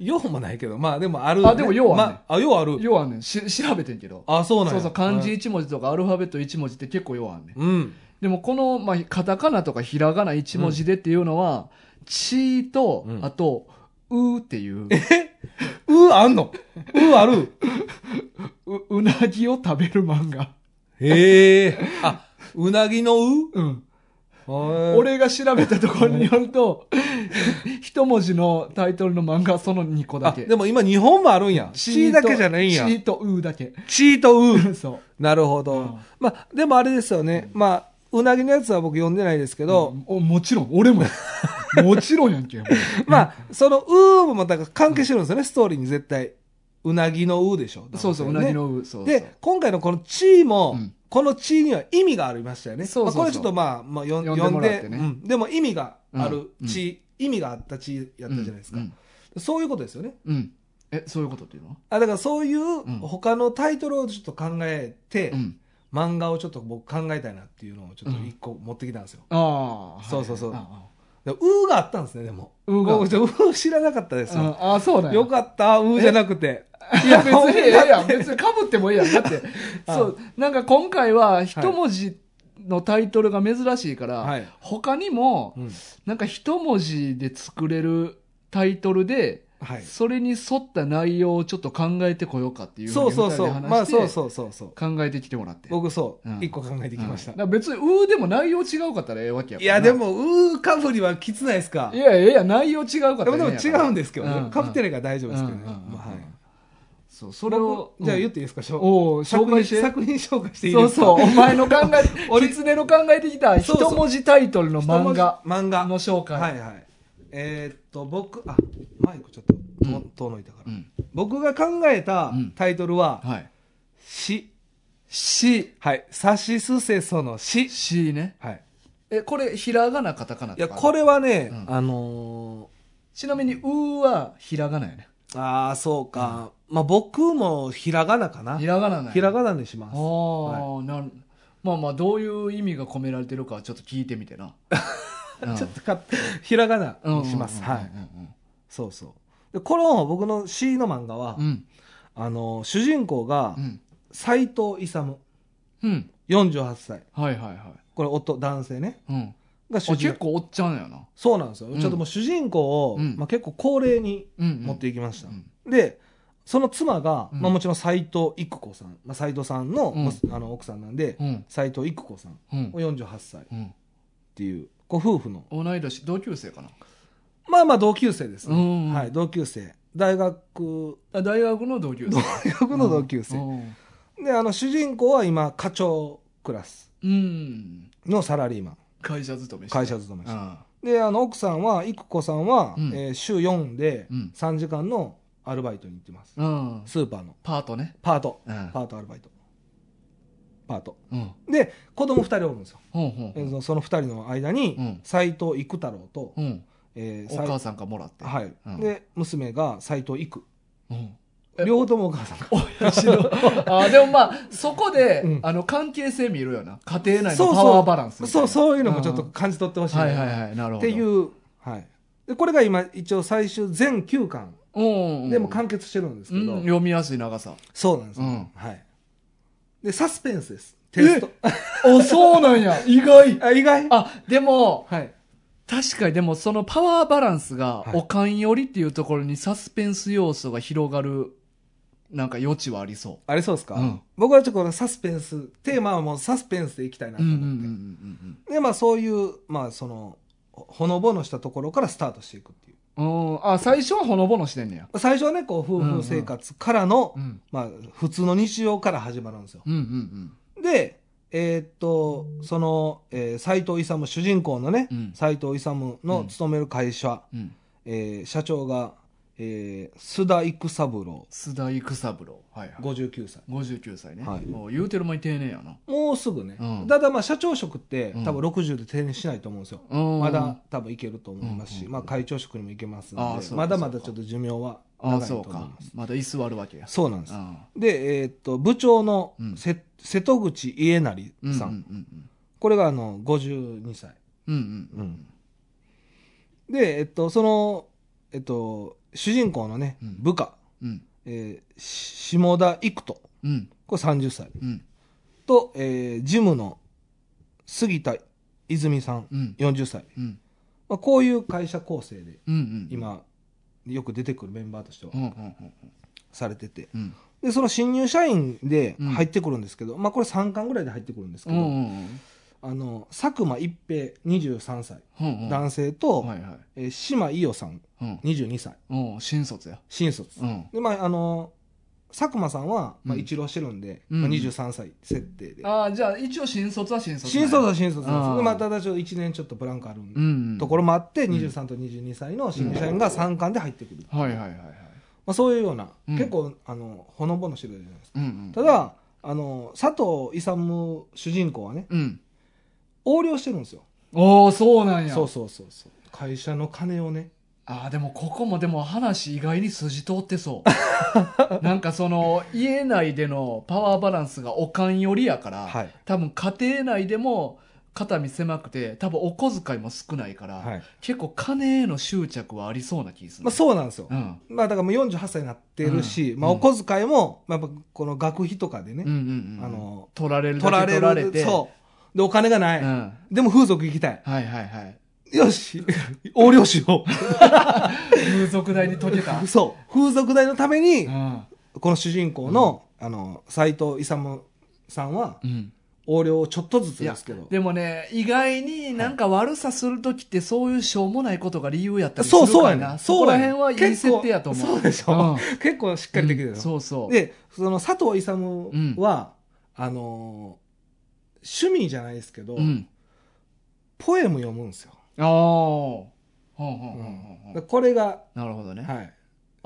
ようもないけどまあでもある、
あでもようはね
まあ、あようある
ようあんねんし調べてんけど
あそうな
そ
んや
うそう漢字1文字とかアルファベット1文字って結構ようあんねん
うん
でもこの、まあ、カタカナとかひらがな1文字でっていうのは「ち、と、
うん
あと「う」っていう
うあんのうある
ううなぎを食べる漫画、
へえあうなぎのう
うん、
俺
俺が調べたところによると、一文字のタイトルの漫画はその2個だ
あ
け。
でも今日本もあるんや
チ
ち
ー
だ
と
けじゃないんや
チーとうーだけ。
ちとう
そ
なるほど、
うん
まあでもあれですよね、まあうなぎのやつは僕読んでないですけ
う。
ど、
おもちろん、俺も や。もちろんやんけ。もう
まあそのうーもだから関係してるんですよね、ストーリーに絶対うなぎのうでしょ
そうそう、う
多分ね
なぎのうー。そうそう。
で、今回のこの地位も、
うん
この地位には意味がありましたよね。
そうそうそう
まあこれちょっとまあ、まあ、よん
呼んで
呼ん
もらっ
で、
てね
うんでも意味がある
うん
地位、意味があった地位やったじゃないですか、
うん。
そういうことですよね。
うんうんえ、そういうことっていうの
あだからそういう
うん
他のタイトルをちょっと考えて、
うん。
漫画をちょっと僕考えたいなっていうのをちょっと一個持ってきたんですよ。
ああ。
そうそうそう
はいあ
でうーがあったんですね、でも。
うーが
僕ちょっとうー知らなかったですよ。
ああ、そうなんや
よかった、うーじゃなくて。
いや、別にええやん。別にかぶってもええやん。だっ て、そう、なんか今回は一文字のタイトルが珍しいから、
はい
他にも、
うん
なんか一文字で作れるタイトルで、
はい。
それに沿った内容をちょっと考えてこようかっていうふ
そうう
に
そうそ
二
う。
人で
まあ
話して
そうそうそうそう。
考えてきてもらって。
僕そう
うん、
一個考えてきました
うん。だから別に、うーでも内容違うかったらええわけや
い
からな
や、で。も、うーかぶりはきつないですか
い。や、ええやん、内容違うかった
で
ら
も、
ええ
で
や
も
ん
違うんですけどね。かぶってないから大丈夫ですけどね。
うんうんうん
まあはい
そう、それを、
僕じゃあ言
う
っ
ん
ていいですか、しょ
おう紹介して。
作品紹介していい
そ
で
う
すか
そう、お前の考 え、俺、狐の考えてきた
そ
一
うそう
文字タイトルの漫画
一文字漫画。
の紹介。
はいはい。えーっと、僕、あ、マイクちょっと
う
遠
ん
遠のいたか
う
ら。
ん
僕が考えた
うん
タイトルは、
はい。
詩。
し、
はい。さしすせその詩。
しね。
はい。
え、これ、ひらがな、カタカナ
い
と
や、
か
これはね
う、ん
あのー、
ちなみに、うーは、ひらがなやね。
ああ、そうか。まあ、僕もひらがなかな
ひ。らがななんや
ひらがなにしま
あ
す。
あ、なん、まあまあ、どういう意味が込められてるかはちょっと聞いてみてな。うん
ちょっとか、ひらがな
うん
にします。
うんうん
は
うん
い。そうそう。で、この僕の詩の漫画は
う、ん。
あの、主人公が
う、ん。
斎藤勇、
うん。
48歳。
はいはいは
これ、夫、男性ね。
い。うん。
が
あ
主
結
人公。
構おっちゃんやな。
そうなんですよ。
うん
ちょっともう主人公を、
うん
まあ結構高齢に
うんうん。
持っていきました
う。ん
で、その妻が、
うん
まあ、もちろん斎藤育子さん、まあ、斎藤さんの,、
うん
あの奥さんなんで
うん
斎藤育子さん
うん
48歳っ
うん
ていうご夫婦の
同い年同級生かな
まあまあ同級生ですね、
うん
はい、同級生大学
あ大学の同級生
大学の同級生、
うん
であの主人公は今課長クラス
うん
のサラリーマン
会社勤めして
会社勤めして
あ
であの奥さんは育子さんは、
うん
えー週4で
うん
3時間のアルバイトに行ってます、
あうん
スーパーの
パートね
パート
うん
パートアルバイトパート
うん
で子供2人おるんですよ、
ほんほん
えーそのその2人の間
う
に
ん
斎、藤育太郎と、
うん
えー
お
斎
母さんからもらって
はい
うん
で娘が斎藤育
うんえ
両方ともお母さんが
親父のあでもまあそこで、
うん
あの関係性見るよな家庭内
そ
の
う
パ
そう
ワーバランスみたい
そ
な
うそういうのもちょっと感じ取ってほしい,、
はいはいはいなるほ
っ
ど、
ていうう、はい、でこれが今一応最終全9巻
うんうん、
でも完結してるんです
う
け
ん
ど、
読みやすい長さ
そうなんですよ、
うん
はいでサスペンスですテイスト
あそうなんや意外
あ意外
あでも
はい
確かにでもそのパワーバランスが、
はい
おかんよりっていうところにサスペンス要素が広がるなんか余地はありそ
あれそうですか、
うん
僕はちょっとこのサスペンステーマはもうサスペンスでいきたいな
うう
と
んうん
思っ
うん
て、
うんうん
でまあそういうまあそのほほのぼのしたところからスタートしていくっていう
うんあ最初はほのぼのしてんねや
最初はねこう夫婦生活からの、
うん
まあ普通の日常から始まるんですよ
うんうん
で、えーっと、その、えー、斎藤勇、主人公のね
う、ん
斎、藤勇の勤める会社、
うんうん
えー社長が、えー、須田育三郎、
須田育三郎はいはい
59歳。
59歳ね、
はい
もう言うてる間に定年やな、
もうすぐね。
うん
ただまあ、社長職って、
うん
多分60で定年しないと思うんですよ。
うん
まだ多分いけると思いますし、
うんうん
まあ、会長職にもいけます
あー
の
そう
で、
か
まだまだちょっと寿命は
あ
長
あ
いと
そう
思い
か
ます。
まだ椅子はあるわけや
そうなんです。
あ
で、えーっと、部長の
うん
せ、瀬戸口家成
うんうんうん
さん,、
うん
これがあの、52歳。
うんう
うんんで、えっと、その、えっと、主人公のね、
うん
部下、
うん
えーし下田育人、
うん
これ30歳、
うん
と、えージムの杉田泉さん、
うん
40歳。
うん
まあ、こういう会社構成で、
うんうん
今、よく出てくるメンバーとしては
うんうんうん
されてて。
うん
で、その新入社員で
うん
入ってくるんですけど、まあ、これ3巻ぐらいで入ってくるんですけ
う
ど、
んうん
あの、佐久間一平、23歳、
うんうん
男性と、
はいはい
えー島伊代さん、
うん
22歳、
うん新卒や
新卒。
うん
でまああの佐久間さんは、まあ、
うん
一浪してるんで、
うん
まあ、23歳設定で、
ああじゃあ一応新卒は新卒
新卒は新卒なんです
あー
でまあただちょっと1年ちょっとブランクあるんで
うん
ところもあって、
うん
23と22歳の新入社員が3巻で入ってくる、ま
はいはいはいはい
あ、そういうような、
うん
結構あのほのぼのしてるじゃないですか
うんうん
ただあの佐藤勇主人公はね
うん
横領してるんですよ
おおそうなんや
そうそうそうそう会社の金をね
ああでもここもでも話意外に筋通ってそう なんかその家内でのパワーバランスがおかんよりやから、
はい
多分家庭内でも肩身狭くて多分お小遣いも少ないから、
はい、
結構金への執着はありそうな気する、
まあ、そうなんですよ、
うん
まあだからもう48歳になってるし、
うん
まあ、お小遣いも、まあ、やっぱこの学費とかでね、
うんうんうん
あの
取られるだ
取ら
け取
れ
ら
る
れて
そうでお金がない、
うん、はい
でも風俗行きたい
はいはい
よし 横領しよ
風俗代に溶けた
う、そう風俗代のために、
うん
この主人公の,、あの斎藤勇さんは
うん、
横領をちょっとずつですけど
でもね意外になんか悪さする時ってそういうしょうもないことが理由やったりする
そう
からな
そうやねん
そこ
う
ら辺は
やねん
いい
結構
設定やと思う
そうでしょ、結構しっかりできてる
うん
よ、
そうそう
でその佐藤勇は、あのー趣味じゃないですけど、
うん、
ポエム読むんですよ、
ああほんほんほんほんほん
でこれが、
なるほどね、
はい、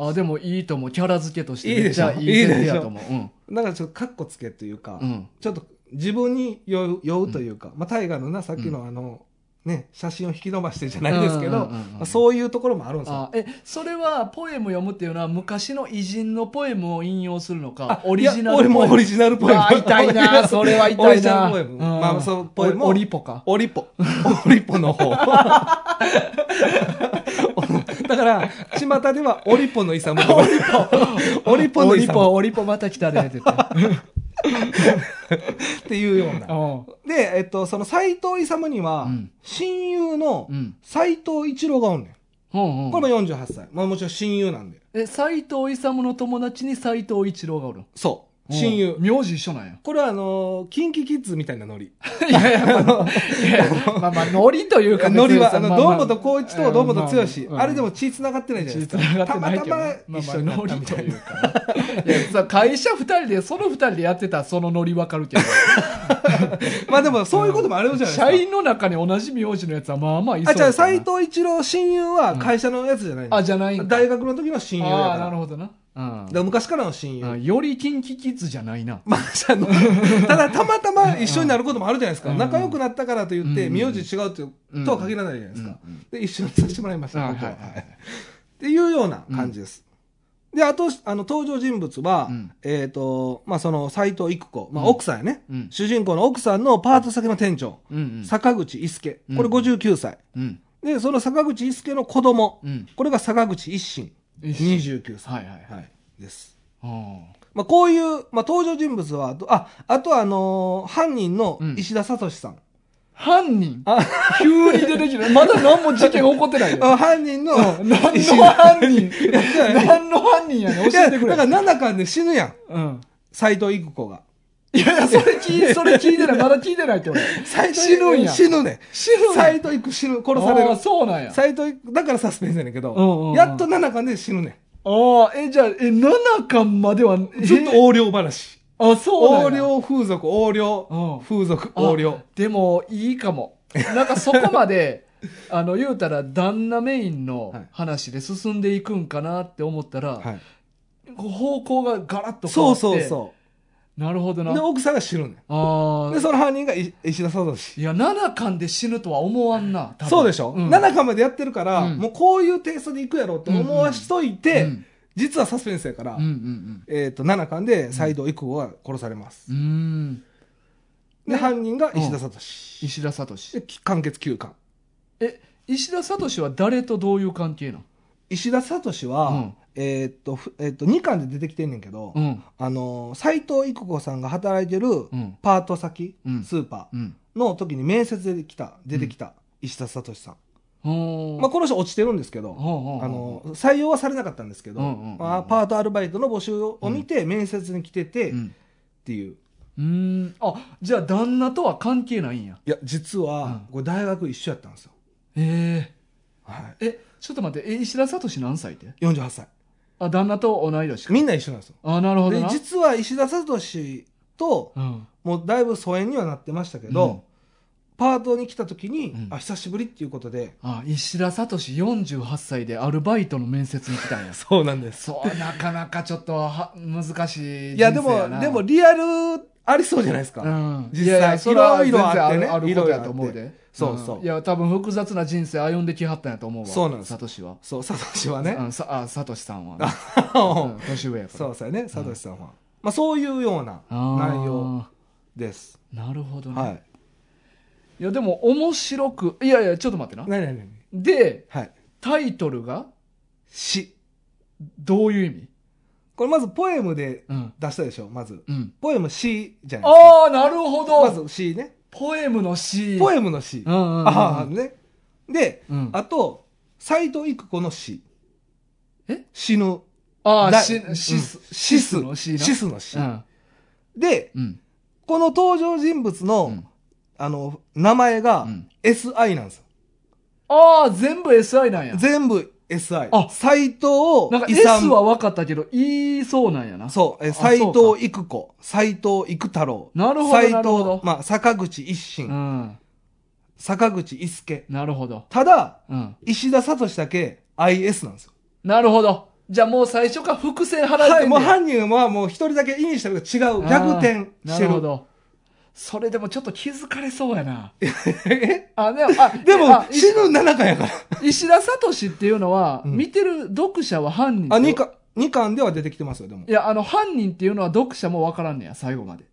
あでもいいと思うキャラ付けとして
いい
めっ
でし
ち
ょ
ゃいい設定やと思ううん
だからちょっとカッコつけというか、
うん
ちょっと自分に酔う酔うというか、まあ、大河のなさっきのあの、ね、写真を引き伸ばしてじゃないですけど、
うんうんうんうん
まあ、そういうところもあるんですよ。
あえそれはポエム読むっていうのは昔の偉人のポエムを引用するのか
あ
オリジナ
いや
ルポエ
俺も
ム
オリジナルポエム。
あ痛いなそれは
オ
痛
リ
い
ジナ
な
ルポエム。
うん
まあ、そのポエム
オ
を
リポか
オリポ。オリポの方。 だから、巷ではオリポのイサムとオリポ。オリポの
オ
イ
リ
サム
ポオリポまた来たねって言って
っていうような。で、えっと、その斎藤勇には
うん、
親友の
うん
斎藤一郎がおんねん。
うんうん
これも48歳。まあもちろん親友なんで。
え斎藤勇の友達に斎藤一郎がおる
そう。親友。
うん名字一緒なんや
これはあのー、キンキキッズみ たいなノリ。
いやい やまあいや まあまあノリというか
ノリは、あの、堂
と
本光一と堂本剛。
うんうん
あれでも血繋がってないじゃないですか。
血繋がってないけど
たまたま一緒にな
ノ
った
リ
み
と
たい
いう
な。
かねいやさ会社2人でその2人でやってたらそのノリわかるけ ど
まあでもそういうこともあるじゃないですか。
社員の中に同じ名字のやつはまあまあいそ
あ、
う
じゃあ
やから
斎
な
藤一郎親友は会社のやつじゃないの
あじゃないんか
大学の時の親友や
あ
か
あなる
ら。
ほどなうん
だから昔からの親
う
友。
んより近畿キッズじゃないな
まあ、じゃ あただたまたま一緒になることもあるじゃないですか。
うん
仲良くなったからと言って、
うん
名字違うと
うん
とは限らないじゃないですか。
うん
で、一緒にさせてもらいました、
あ
僕は
はいはい
はいっていうような感じです。で、あと、あの、登場人物は、
うん
えっ、と、まあ、その、斎藤育子、まあ、
うん
奥さんやね、
うん
主人公の奥さんのパート先の店長、
うん
坂口一介。こ
う
れ
ん
59歳。
うん
で、その坂口一介の子供、
うん
これが坂口一心、
うん
29歳。
はいはいはい
はいです。
うん
まあ、こういう、まあ、登場人物は、あと、あ、あとはあのー犯人の
うん
石田聡さん。
犯人
あ
急に出てきたまだ何も事件起こってないよ
あ犯人の、
何の犯人何の犯人やねん
い
教え
や、
て
だ
くれ
から7巻で死ぬやん。
うん
斎藤育子が。
いやいや、それ聞い、それ聞いてない、まだ聞いてないって俺。
斎
死ぬんや
死ぬね。
死ぬんや
斎藤育子死ぬ。殺され
あー
る。
そうなんや。
斎藤育だからサスペンスやねんけど、
うんうんうん
やっと7巻で死ぬね
ああ、え、じゃあ、え、7巻までは、
ん。ずっと
え
横領話。
あ、そうなんや
横。領風俗、横領
うん
風俗、
あ
横領。。
でも、いいかも。なんかそこまで、あの、言うたら、旦那メインの
はい
話で進んでいくんかなって思ったら、
はい
こう方向がガラッと変わ
そう
って。。
そうそう
なるほど
う。
な。
で、
あ
奥さんが死ぬねん。
あ
で、。その犯人がい石田聡。
いや、7巻で死ぬとは思わんな。多分
そうでしょ、
うん
?7 巻までやってるから、
うん
もうこういうテイストでいくやろと思わしといて、
うん
実はサスペンスやから、
うんうん
えっ、と、7巻で斎藤育子が殺されます。
うん。うーん。
で、犯人が石田聡。
石田聡。
で、完結9巻。
え石田聡は誰とどういう関係なの
石田聡は、
うん
えーっと、ふえーっと、2巻で出てきてんねんけど、
うん
あのー、斎藤育子さんが働いてる
うん
パート先、
うん
スーパ
うん
ーの時に面接で来た、出てきた石田聡さん。
ほう
まあ、この人落ちてるんですけど、
ほうほうほう
あのー、採用はされなかったんですけど、
うんうんうん
まあ、パートアルバイトの募集を見て面接に来てて、
う
っ
ん
ていう。
うーんあじゃあ旦那とは関係ないんや
いや、実は、これ大学一緒やったんですよ。
え
はい。
ええちょっと待ってえ石田聡何歳って
48歳。
あ旦那と同い年か
みんな一緒なんですよ。
あなるほど
で
な、
実は石田聡と
うん、
もうだいぶ疎遠にはなってましたけど、
うん
パートに来た時に、
うん
あ久しぶりっていうことで
あ石田聡48歳でアルバイトの面接に来たんや
そうなんで
そうなかなかちょっとは難しい
いやで
人生や
も
な
でもリアルありそうじゃないですか、
うん、
実際
いやいやそれはい
ろいろあって
全
ね
然あるあることやと思う
いろいろあ
で
ってそうそうん
いや多分複雑な人生歩んできはったんやと思うわ
そうなんです
サトシは
そう聡はね、
うん、さあサトシさんは、ねうん年上やから
そうそうやね聡さんは、まあ、そういうような
あー
内容です
なるほどね、
はいい、
やでも面白くいやいやちょっと待ってな
何何何
で
はい
タイトルが
詩
どういう意味
これまずポエムで
うん、
出したでしょまず
うん、
ポエム詩じゃないです
ああなるほ
か
ど、
まず詩ね
ポエムの詩
ポ
ム
エムの詩、
うんうんうんうん
ああねで
うん
あと、斎藤育子の死。
え
死ぬ。
ああ
だ
し
うん
しす
死
し
す
すの詩な
死すの死
う。ん
で、
うん
この登場人物の、
うん
あの、名前が、
うん
SI なんですよ。
ああ全部 SI なんや
全部 SI。
あ
斎藤
なんか
遺
S
産。
は分かったけど、言いそうなんやな。
そう、え
あ
斎
そうか
藤育子、斎藤育太郎。
なるほど
斎
なるほど
藤、まあ、坂口一
う
心、
ん。
坂口一介。
なるほど。
ただ、
うん。
石田聡だけ IS なんですよ。
なるほど。じゃあもう最初から伏線払ってんねん
はい、もう犯人はもう一人だけインしたけど違う、逆転
あー
し
な
て
るほ
る。
ど。それでもちょっと気づかれそうやな。
え
あ、でも、あ、
でも
あ、い
死ぬ7巻やから。
石田聡っていうのは、
うん
見てる読者は犯人って
あ、2巻、二巻では出てきてますよ、でも
い。や、あの、犯人っていうのは読者もわからんねや、最後まで。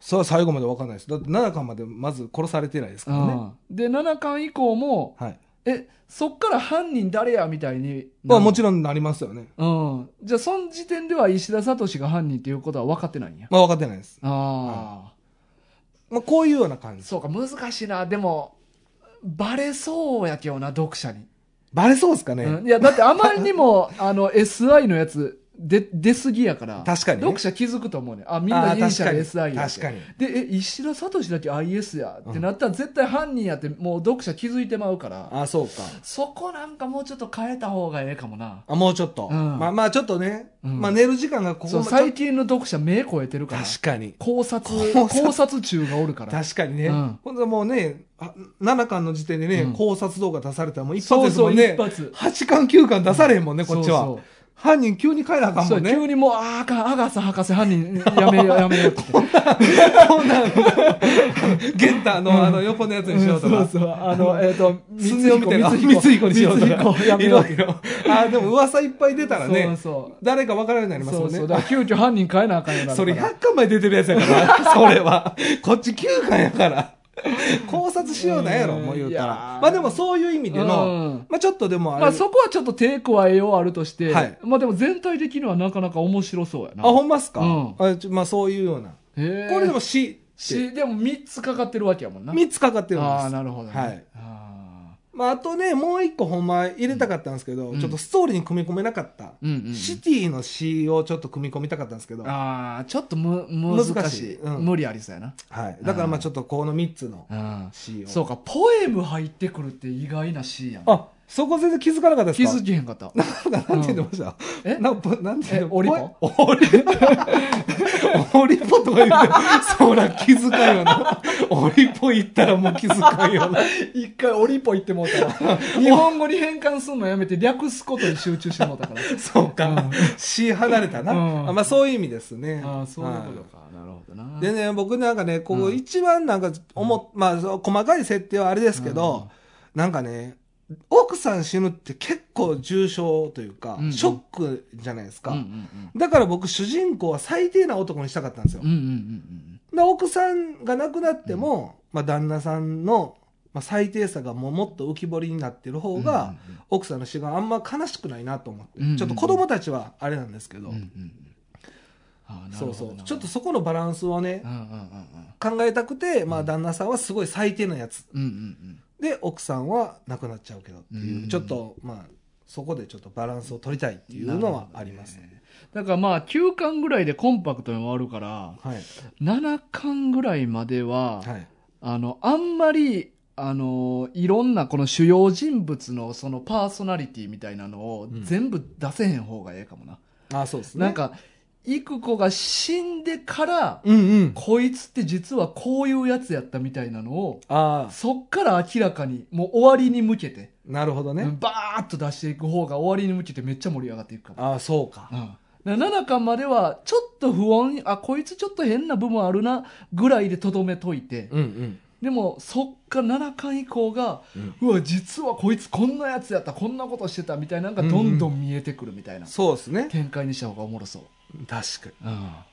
そう、最後までわかんないです。だって7巻までまず殺されてないですからね。
うんで、7巻以降も、
はい。
え、そっから犯人誰やみたいに。
まあもち
ろん
ろんなりますよね。。
うん。じゃあ、その時点では石田聡が犯人っていうことは分かってないんや。
まあ分かってないです。
あ
まあこういうような感
あ、
じ。
そうか、難しいな。でも、バレそうやけどな、読者に。
バレそうですかね、
うんいや、だってあまりにも、 あの、SI のやつ、で、出すぎやから。
確かにね
読者気づくと思うね。あ、みんなイニシャル SI やって。
確かに。
で、え、石田聡だけ IS やってなったら、絶対犯人やって、もう読者気づいてまうから。
あ、そうか。
そこなんかもうちょっと変えた方がええかもな。
あ、もうちょっと。
うん
まあまあちょっとね、
うん
まあ寝る時間がここ
そう、
まで
最近の読者目超えてるから。
確かに。
考察、考
考察
察中がおるから。
確かにね。
うん
ほんともうね、あ七巻の時点でね、
うん
考察動画出されたらもう一発
そう
です
そ
も
う、
んね
一。発。
八巻九巻出されへんもんね、こっちは。
そうそう
犯人急に帰らなあかん
そ
も
うん
ね。
急にもう、あーあかん、アガサ博士犯人、やめよう、やめようって。
こんなん、ゲッターのあの横のやつにしようとか。
うんそうそう。あの、えっ、と、
すんでを見てる。
光
光
彦
彦にしようとか。
光彦やめ
い
よう
ろいろ。あ、でも噂いっぱい出たらね、
そう
誰か分からなくなり
そう。
ます
そ
も
うんそう。
ね。
だから急遽犯人変えなあかんようになる
それ
から
100巻前出てるやつやから、 それは。こっち9巻 やから。考察しようなんやろ、
うん
もう言うたら
いや。
まあでもそういう意味で
う
の
ん、
まあちょっとでもあれ、
まあそこはちょっと手加えようあるとして、
はい
まあでも全体的にはなかなか面白そうやな。
あ、ほんまっすか
うん
あちょまあそういうような。
へー
これでも詩って、
し、でも3つかかってるわけやもんな。
3つかかってるん
ああ、
です。
なるほど、ね。
はい
あ
まああとね、もう1個ほんま入れたかったんですけど、
うん
ちょっとストーリーに組み込めなかった。
ーうんうん
シティの詩をちょっと組み込みたかったんですけど、は
ああ、ちょっとむ、難しい。
難しいうん
無理ありそうやな。
い。だからまあちょっとこの3つの
うん。
詩を。
そうか、ポエム入ってくるって意外なシーンやな。
あ、そこ全然気づかなかったです
気
か
づきへんか った。
なんかなんて言ってました、
うんえ
なぼなんて言って
えオリポ
ぽオリポ オリポとか言って、そら気遣いよな。 オリポ言ったらもう気遣いよな。
一回オリポ言ってもうたら、 日本語に変換するのやめて略すことに集中してもうた から。
そうか。し、離れたな。
うん
あまあそういう意味ですね。
ああ、そういう
は
こ
い
とか。なるほどな。
でね、僕なんかね、こ
う
うん一番なんか思っ、まあ、そう細かい設定はあれですけど、なんかね、奥さん死ぬって結構重症というか、
うんうん
ショックじゃないですか。
うんうん
だから僕、主人公は最低な男にしたかったんですよ
うん。うんうんうん
で奥さんが亡くなっても、まあ、旦那さんの、まあ、最低さがもうもっと浮き彫りになってる
う
方
ん。
が、奥さんの死があんま悲しくないなと思って、
うんうんうん
ちょっと子供たちはあれなんですけ
う
ど、
んうんうん、ああな
そ
る
う
ほ
そ
ど
う
な
ちょっとそこのバランスをね
うん、うんうんうん
考えたくて、まあ、
うん
旦那さんはすごい最低なやつ
うんうん
で奥さんは亡くなっちゃうけどっていう、
うん
ちょっとまあそこでちょっとバランスを取りたいっていうのはあります、
なるほどねだからまあ9巻ぐらいでコンパクトに終わるから
はい、
7巻ぐらいまでは、
はい、
あのあんまりあのいろんなこの主要人物のそのパーソナリティみたいなのを
うん
全部出せへん方がええかもな、
あそうですね
なんか幾子が死んでから、
うんうん
こいつって実はこういうやつやったみたいなのを
ああ
そっから明らかにもう終わりに向けて
なるほどね、
うんバーッと出していく方が終わりに向けてめっちゃ盛り上がっていくかも。
ああそうか
うん、7巻まではちょっと不穏あこいつちょっと変な部分あるなぐらいでとどめといて、
うんうん
でもそっか7巻以降が、
う
うわ実はこいつこんなやつやったこんなことしてたみたいなのがどんどん見えてくるみたいな
そうですね。
展開にした方がおもろそう、
確か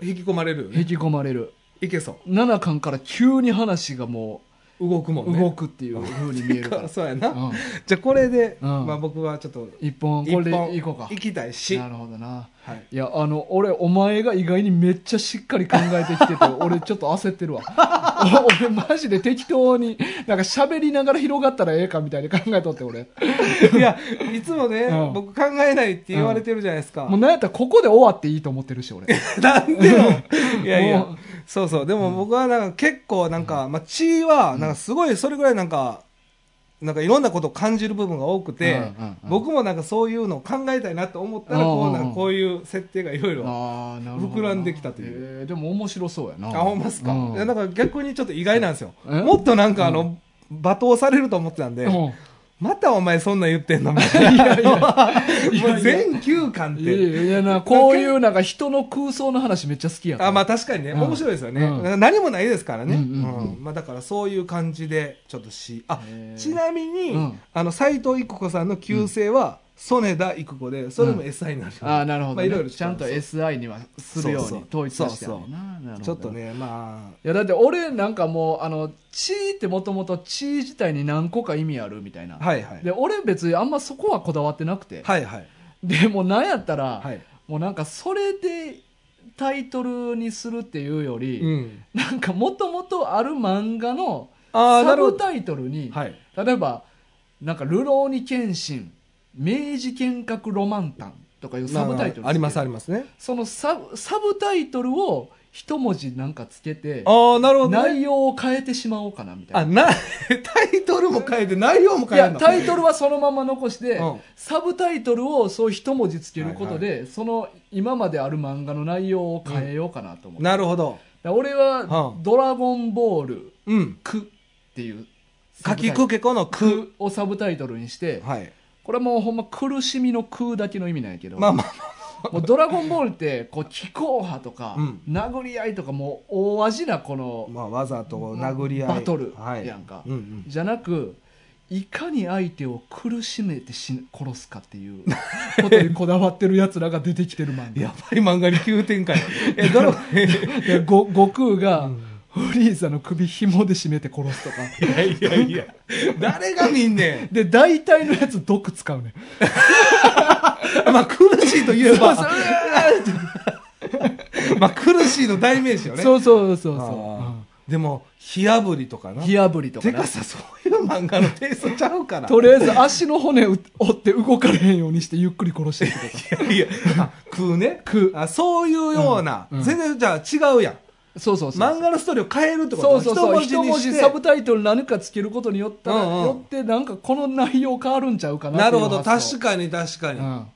うん、
に。引き込まれるよ
引
ね。
き込まれる
いけそ
7巻から急に話がも
う。動くもん
う
ね。、
動くっていう風に見えるから
そうやな。
うん、
じゃあこれで、
うん
まあ僕はちょっと、
一本これでいこうか
行きたいし。
な
は。
るほどないいやあの俺お前が意外にめっちゃしっかり考えてき てて俺ちょっと焦ってるわ お俺マジで適当になんか喋りながら広がったらええかみたいに考えとって俺
いや、いつもね、
うん
僕考えないって言われてるじゃないですか。
もうなんやったらここで終わっていいと思ってるし俺
なんでよ。いやい
も
や
う。
そうそう。でも僕はなんか結構なんか、まあ血は、なんかすごいそれぐらいなんか、なんかいろんなことを感じる部分が多く
うん
て
うん、うん
僕もなんかそういうのを考えたいなと思ったら、
うんうん
こ
う
うんなんかこういう設定がいろいろ
ああなるほど、
膨らんできたという
えーでも面白そうやな
あ、ほんまっすか。
うん
いや、なんか逆にちょっと意外なんですよ。
え
もっとなんかあの、罵倒されると思ってたんで、
う
またお前そんなん言ってんのみた いな。 もう全9巻
ん
っ
いやい
て。
やいやなこういうなんか人の空想の話めっちゃ好きやから
あ、まあ確かにね、
うん
面白いですよね。
うん
なんか何もないですからね。う
うんうんうん
んまあだからそういう感じで、ちょっとし、あ
へ、ー
ちなみに
うん、
あの、斎藤育子さんの旧姓は、曽根田育子で、それも SI になるよね。
あーなるほど、ね
まあいろいろ
ちゃんと
そう
SI にはするよう
そ
に
うそう
統一してあるよななるほど
ちょっとね、ま
いやだって俺なんかもうあの地位ってもともと地位自体に何個か意味あるみたいな、
あ、はいはい。
で俺別にあんまそこはこだわってなくて、
はいはい。
でもなんやったら、
はい。
もうなんかそれでタイトルにするっていうより、
うん。
なんかもともとある漫画の
ああ、な
サ
るほ
ブ
ど。
タイトルに、
はい。
例えばなんか「流浪に剣心」「明治剣閣ロマンタン」とかいうサブタイトル
ありますあ
り
りますね。
そのサブサブタイトルを一文字なんかつけて
ああ、なるほど、ね。
内容を変えてしまおうかなみた
あ、
いな。
な、 タイトルも変えて、内容も
い
変える
や
の。
タイトルはそのまま残して、
うん
サブタイトルをそう一文字つけることで、その今まである漫画の内容を変えようかなと思って、
なるほど。
だから俺は「
う
ドラゴンボール
うん。
く」っていう
かきくけこのく。
をサブタイトルにして、
はい。
これはもうほんま苦しみの空だけの意味なんやけど、
まあまあ、
もうドラゴンボールってこう気候派とか、
うん
殴り合いとかもう大味なこの
まあ、わざと殴り合い。
バトル
はい。
やんか
うんうん。
じゃなくいかに相手を苦しめてし殺すかって いうことにこだわってるやつらが出てきてる漫
や
画
ばい漫画に急展開。え、 どの、
でご悟空が
うん
フリーザの首紐で締めて殺すとか
いやいやいや、誰が見んね
で大体のやつ毒使うねん
ん。 まあ、苦しいと言えば
そう、
まあ、苦しいの代名詞よね。
そうそうそう
あー
そ
でも、火炙りとか
う
な。
火炙りとか
て
な
かさ、そういう漫画のテイストちゃうから。
とりあえず足の骨を折って動かれへんようにしてゆっくり殺していく とか
いや、あ食うね。食う。あ、そういうような、
うんうん
全然じゃあ違うやん。
そうそうそう
漫画のストーリーを変えるってこ
そ
と
うそうそう一
一文
文
字
字
にして
サブタイトル何かつけることによったら、
うんうん
よってなんかこの内容変わるんちゃうかな
なるほど。確
確
かに確かに。あ、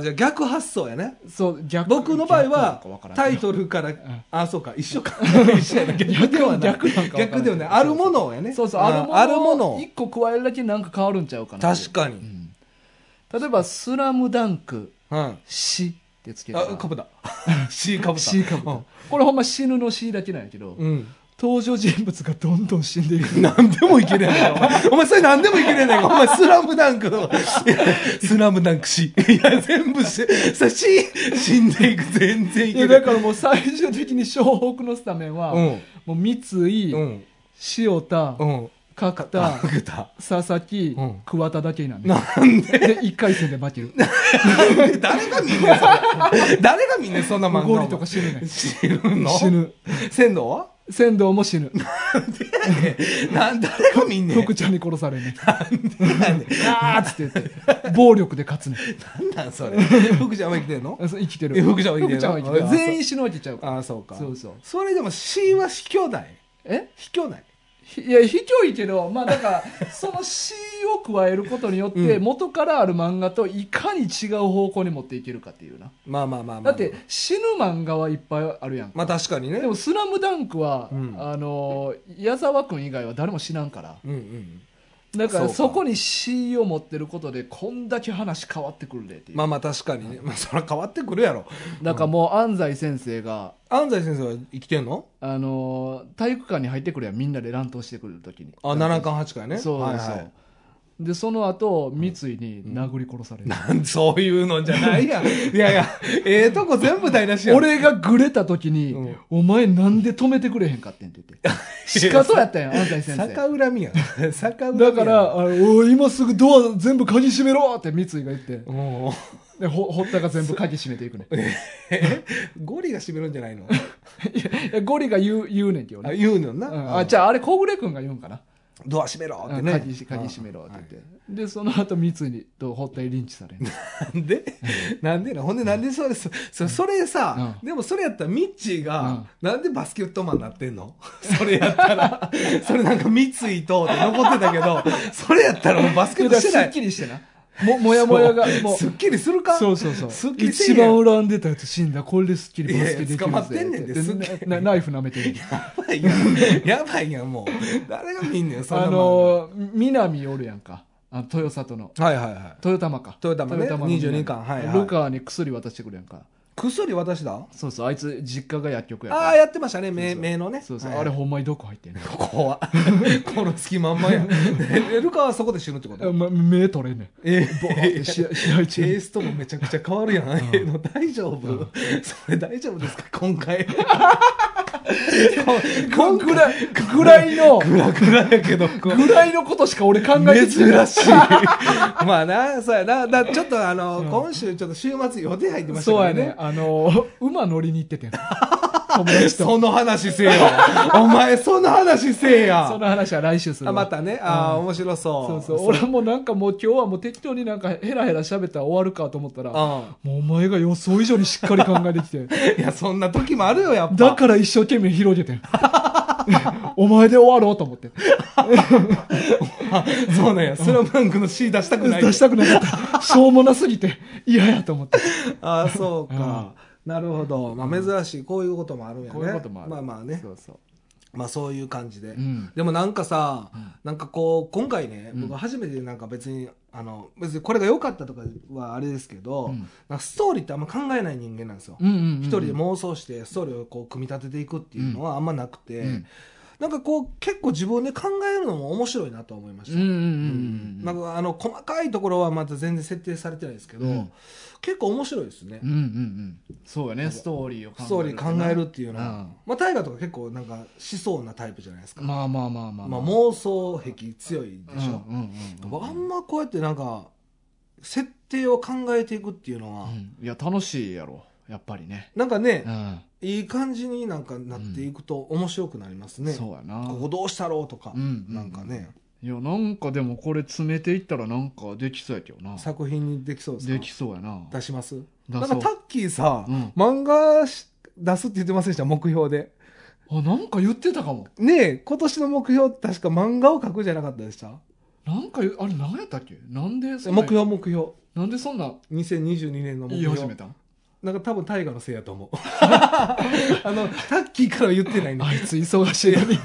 じゃあ逆発想やね。
うん、そう逆
僕の場合は、タイ
ル
トルから、
ん
あ、そうか、一緒か。一緒やな。逆ではない。
逆なんかわからん
逆ではない。あるものをやね。
そうそうあるもの
あるものを
1個加えるだけなんか変わるんちゃうかな
確かに。
に例えば「スラムダンク
うん。
死」ってつけたら
あ、かぶった。C かぶった。
死かぶったこれほんま死ぬの死だけなんやけど、
うん。
登場人物がどんどん死んでいく
何で もいける やないか。お前お前、それ何でもいけるやないか。お前、スラムダンクの。いやスラムダンクし。いや、全部し、さ、し、死んでいく。全然い
い
け
やだ
る。
からもう最終的に湘北のスタメンは、
うん。
もう三井、
うん。
塩田、
うん。
角田
あ、グタ。
佐々木、
うん
桑田だけになんね
なんで、
で1回戦で負ける
誰が見んねん、それ。誰が見んねん、そんな漫画。
ゴリとか死ぬねん
死ぬの
死。ぬ
鮮 度は
仙道も死ぬ
なん、誰が見んねん。
福ちゃんに殺されるねん
なんで
あーっつって言って暴力で勝つねん
なんなん、それ。福ちゃんは生きてん の
あそう生きて
え
る
福ちゃんは生きてる
は生きてる
あ
全員死ぬわけちゃうから
あ、そうか。
そうそう
それでも、死は卑怯ない。
え
卑怯ない。
ひいや卑怯いけどまあだからその C を加えることによって
うん
元からある漫画といかに違う方向に持っていけるかっていうな
まあまあまあま
だ
あ。
って死ぬ漫画はいっぱいあるやん
まあ確かにね。
でも「スラムダンクは、
うん
あの矢沢君以外は誰も死なんから
うんうん。
だから
そうか
そこに C を持ってることでこんだけ話変わってくるでっていう、
まあまあ確かにね。まあそれは変わってくるやろ。
だからもう安西先生が、
安西先生は生きてんの
あの体育館に入ってくるやんみんなで乱闘してくる時に
あ、七巻八回ね。
そうそう、
はいはい
でその後三井に殴り殺される、
なんそういうのじゃないやん。いやいや、ええとこ全部台無しやん。、
俺がグレた時に、
うん
お前なんで止めてくれへんかってんって言ってしかそうやったやん安西 先生
逆恨みやん。逆恨みや
だ
ん
から、、あのおい今すぐドア全部鍵閉めろって三井が言って
うん。
でほ堀田が全部鍵閉めていくね
ゴリが閉めるんじゃないの
いやゴリが言う言うねんけど
あ
ね
言うのよ
う
な。
んあじゃああれ小暮君が言うんかな
ドア閉めろって
う
ね。
ん鍵し鍵閉めろって言って、でその後三井にと堀田にリンチされる
なんで、なんでなほんでなんでそれ、そそそれさ、
う
でもそれやったらミッチーが、なんでバスケットマンになってんの それやったら、 それなんか三井とって残ってたけど、それやったらもうバスケットして
す
な
っ
い。
きりしてなももやもやがもう
すっきりするか
そうそうそう
すっきりせ
一
えや
番
ん
恨んでたやつ死んだこれですっきりバスケできるぜ
いやいや捕まってんねんですっきり
でななナイフ舐めてる
やばいやん。やばいやん、もう。誰が見んね ん、そん
あ
なもん。
のー南おるやんかあの豊里の
はいはいはい。
豊玉か
豊玉ね
の南
22巻はいはい
ルカに薬渡してくるやんか
薬渡したあ
そうそうあいつ実家が薬局やから
あー、やってましたね、
そう
名
そう
名のね。
そうそう、
はい
あれほんまに毒入 ってんねん
怖っ この隙間あんまやん。えルカはそこで死ぬってこと
ま目取れんねん
え
ボーンって試合試合
テイ
中
ストもめちゃくちゃ変わるやん。えの大丈夫それ大丈夫ですか今 回。
こんぐらいぐらいの
グラグラやけど。
ぐらいのことしか俺考え
珍
て
しい。 まあな、そうやな。だちょっとあの、今週ちょっと週末予定入ってました
そう
から
やね。あのー馬乗りに行っててん
友達と。
その話せえよ。 お前、その話せえや
そ。の話は来週する
あ
わ。
またね、ああ、面白そう。
そうそう。俺もなんかもう今日はもう適当になんかヘラヘラ喋ったら終わるかと思ったら、も
う
うお前が予想以上にしっかり考えてき て。
ん。いや、そんな時もあるよ、やっぱ。
だから一生懸命広げてん。 お前で終わろうと思って。
あ そうなんや。スラムダンクの C 出したくない。
出したくなかった。しょうもなすぎて嫌やと思って。
ああ、そうか。なるほど。まあ、珍しい。こういうこともあるんやね。
こういうこともある
まあまあね
そ。うそう
まあ、そういう感じで
う。ん
でもなんかさ、なんかこう、今回ね、
うん
僕初めてなんか別に、あの、別にこれが良かったとかはあれですけど、
うん
なんかストーリーってあんま考えない人間なんですよ。
うんうんうん
一人で妄想してストーリーをこう組み立てていくっていうのはあんまなくて、
うん
なんかこう結構自分で考えるのも面白いなと思いまし
うん
た、
うんうんうん
なんかあの細かいところはまた全然設定されてないですけど、
うん
結構面白いですね、
うんうんうんそうよねストーリーを考える
ストーリー考えるっていうの
う
は、
ん
まあ大河とか結構なんかしそうなタイプじゃないですか、ま
まあまあまあま
あ
あまあ
妄想癖強いでしょ、
うんうんうん
僕あんまこうやってなんか設定を考えていくっていうの
う
は、
んいや楽しいやろやっぱりね
なんかね
う、ん
いい感じになんかなっていくと面白くなりますね、
そうやな
ここどうしたろうとか、
うんうん
なんかね、
いやなんかでもこれ詰めていったらなんかできそうやけどな
作品にできそうですか
できそうやな
出します
出
な
そ
んか
う
タッキーさ、
うん
漫画し出すって言ってませんでした目標で
あなんか言ってたかも
ねえ今年の目標って確か漫画を書くじゃなかったでした
なんかゆあれ何やったっけなんでそんな
目標目標
なんでそんな
2022年の目
言い始
標
めたん
なんか多分大河のせいやと思う あのタッキーからは言ってないね
あいつ忙しいのに。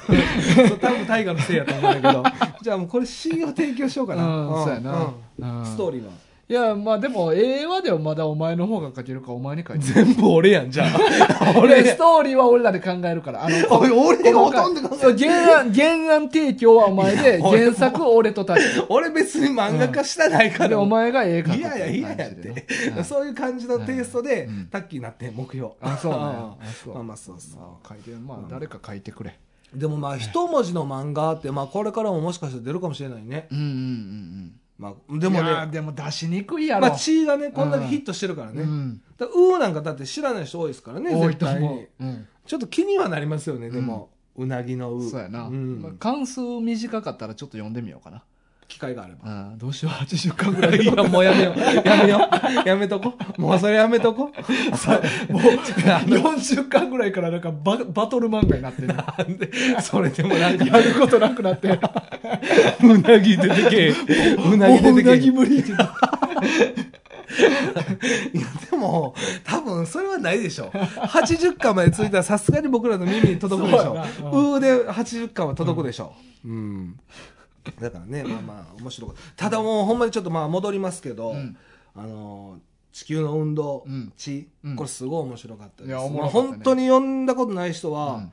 そう多分大河のせいやと思うんだけどじゃあもうこれ C を提供しようかな、
うん、
ん
そうやな。
うん
うん
ストーリーはい
や、まあでも、映話ではまだお前の方が書けるか、お前に書い てる。
全部俺やんじゃあ
俺、
俺
ストーリーは俺らで考えるから。あの、
おい俺がほ
細か
と
い
んど考え
そう原案、原案提供はお前で、原作俺と立ち。
俺別に漫画化したないから、
で、お前がええか
いやいやいやいやって、 そういう感じのテイストで、
うん
タッキーになって目標
あそうなんや
ん
あそう
まあまあそうそう
まあ書いてまあ誰か書いてくれ
でもまあ一文字の漫画って、まあ、これからももしかしたら出るかもしれないね、
うんうんうん
まあ、で
うんい
も
やー
ね
でも出しにくいやろ
まあ、血がねこんだけヒットしてるからね、
うん
だからうーなんかだって知らない人多いですからね
多い
絶
と
対
思
に
ううん
ちょっと気にはなりますよねでも、うなぎのう
そうやな、
ん
まあ、関数短かったらちょっと読んでみようかな
機会があれば
あどうしよう80巻ぐら い
いやもうやめようやめよう やめとこもうそれやめとこ
も う、40巻ぐらいからなんかババトル漫画になってる。
なんでそれでもなんか
やることなくなって。
うなぎ出てけえ。うなぎ
もうう
出てけえ。
なぎ
い
無理って。
や、でも、多分、それはないでしょ。80巻までついたら、さすがに僕らの耳に届くでし
そ
ょ
うやな。
うーで80巻は届くでしょ。うん。だからね、まあまあ、面白い。ただもう、ほんまにちょっとまあ、戻りますけど、
ん
あのー、地球の運動、
うん
地
うん、
これすごい面白かったです。
いやおも
ま
ろ
あ、
かったね
本当に読んだことない人
う
は
ん、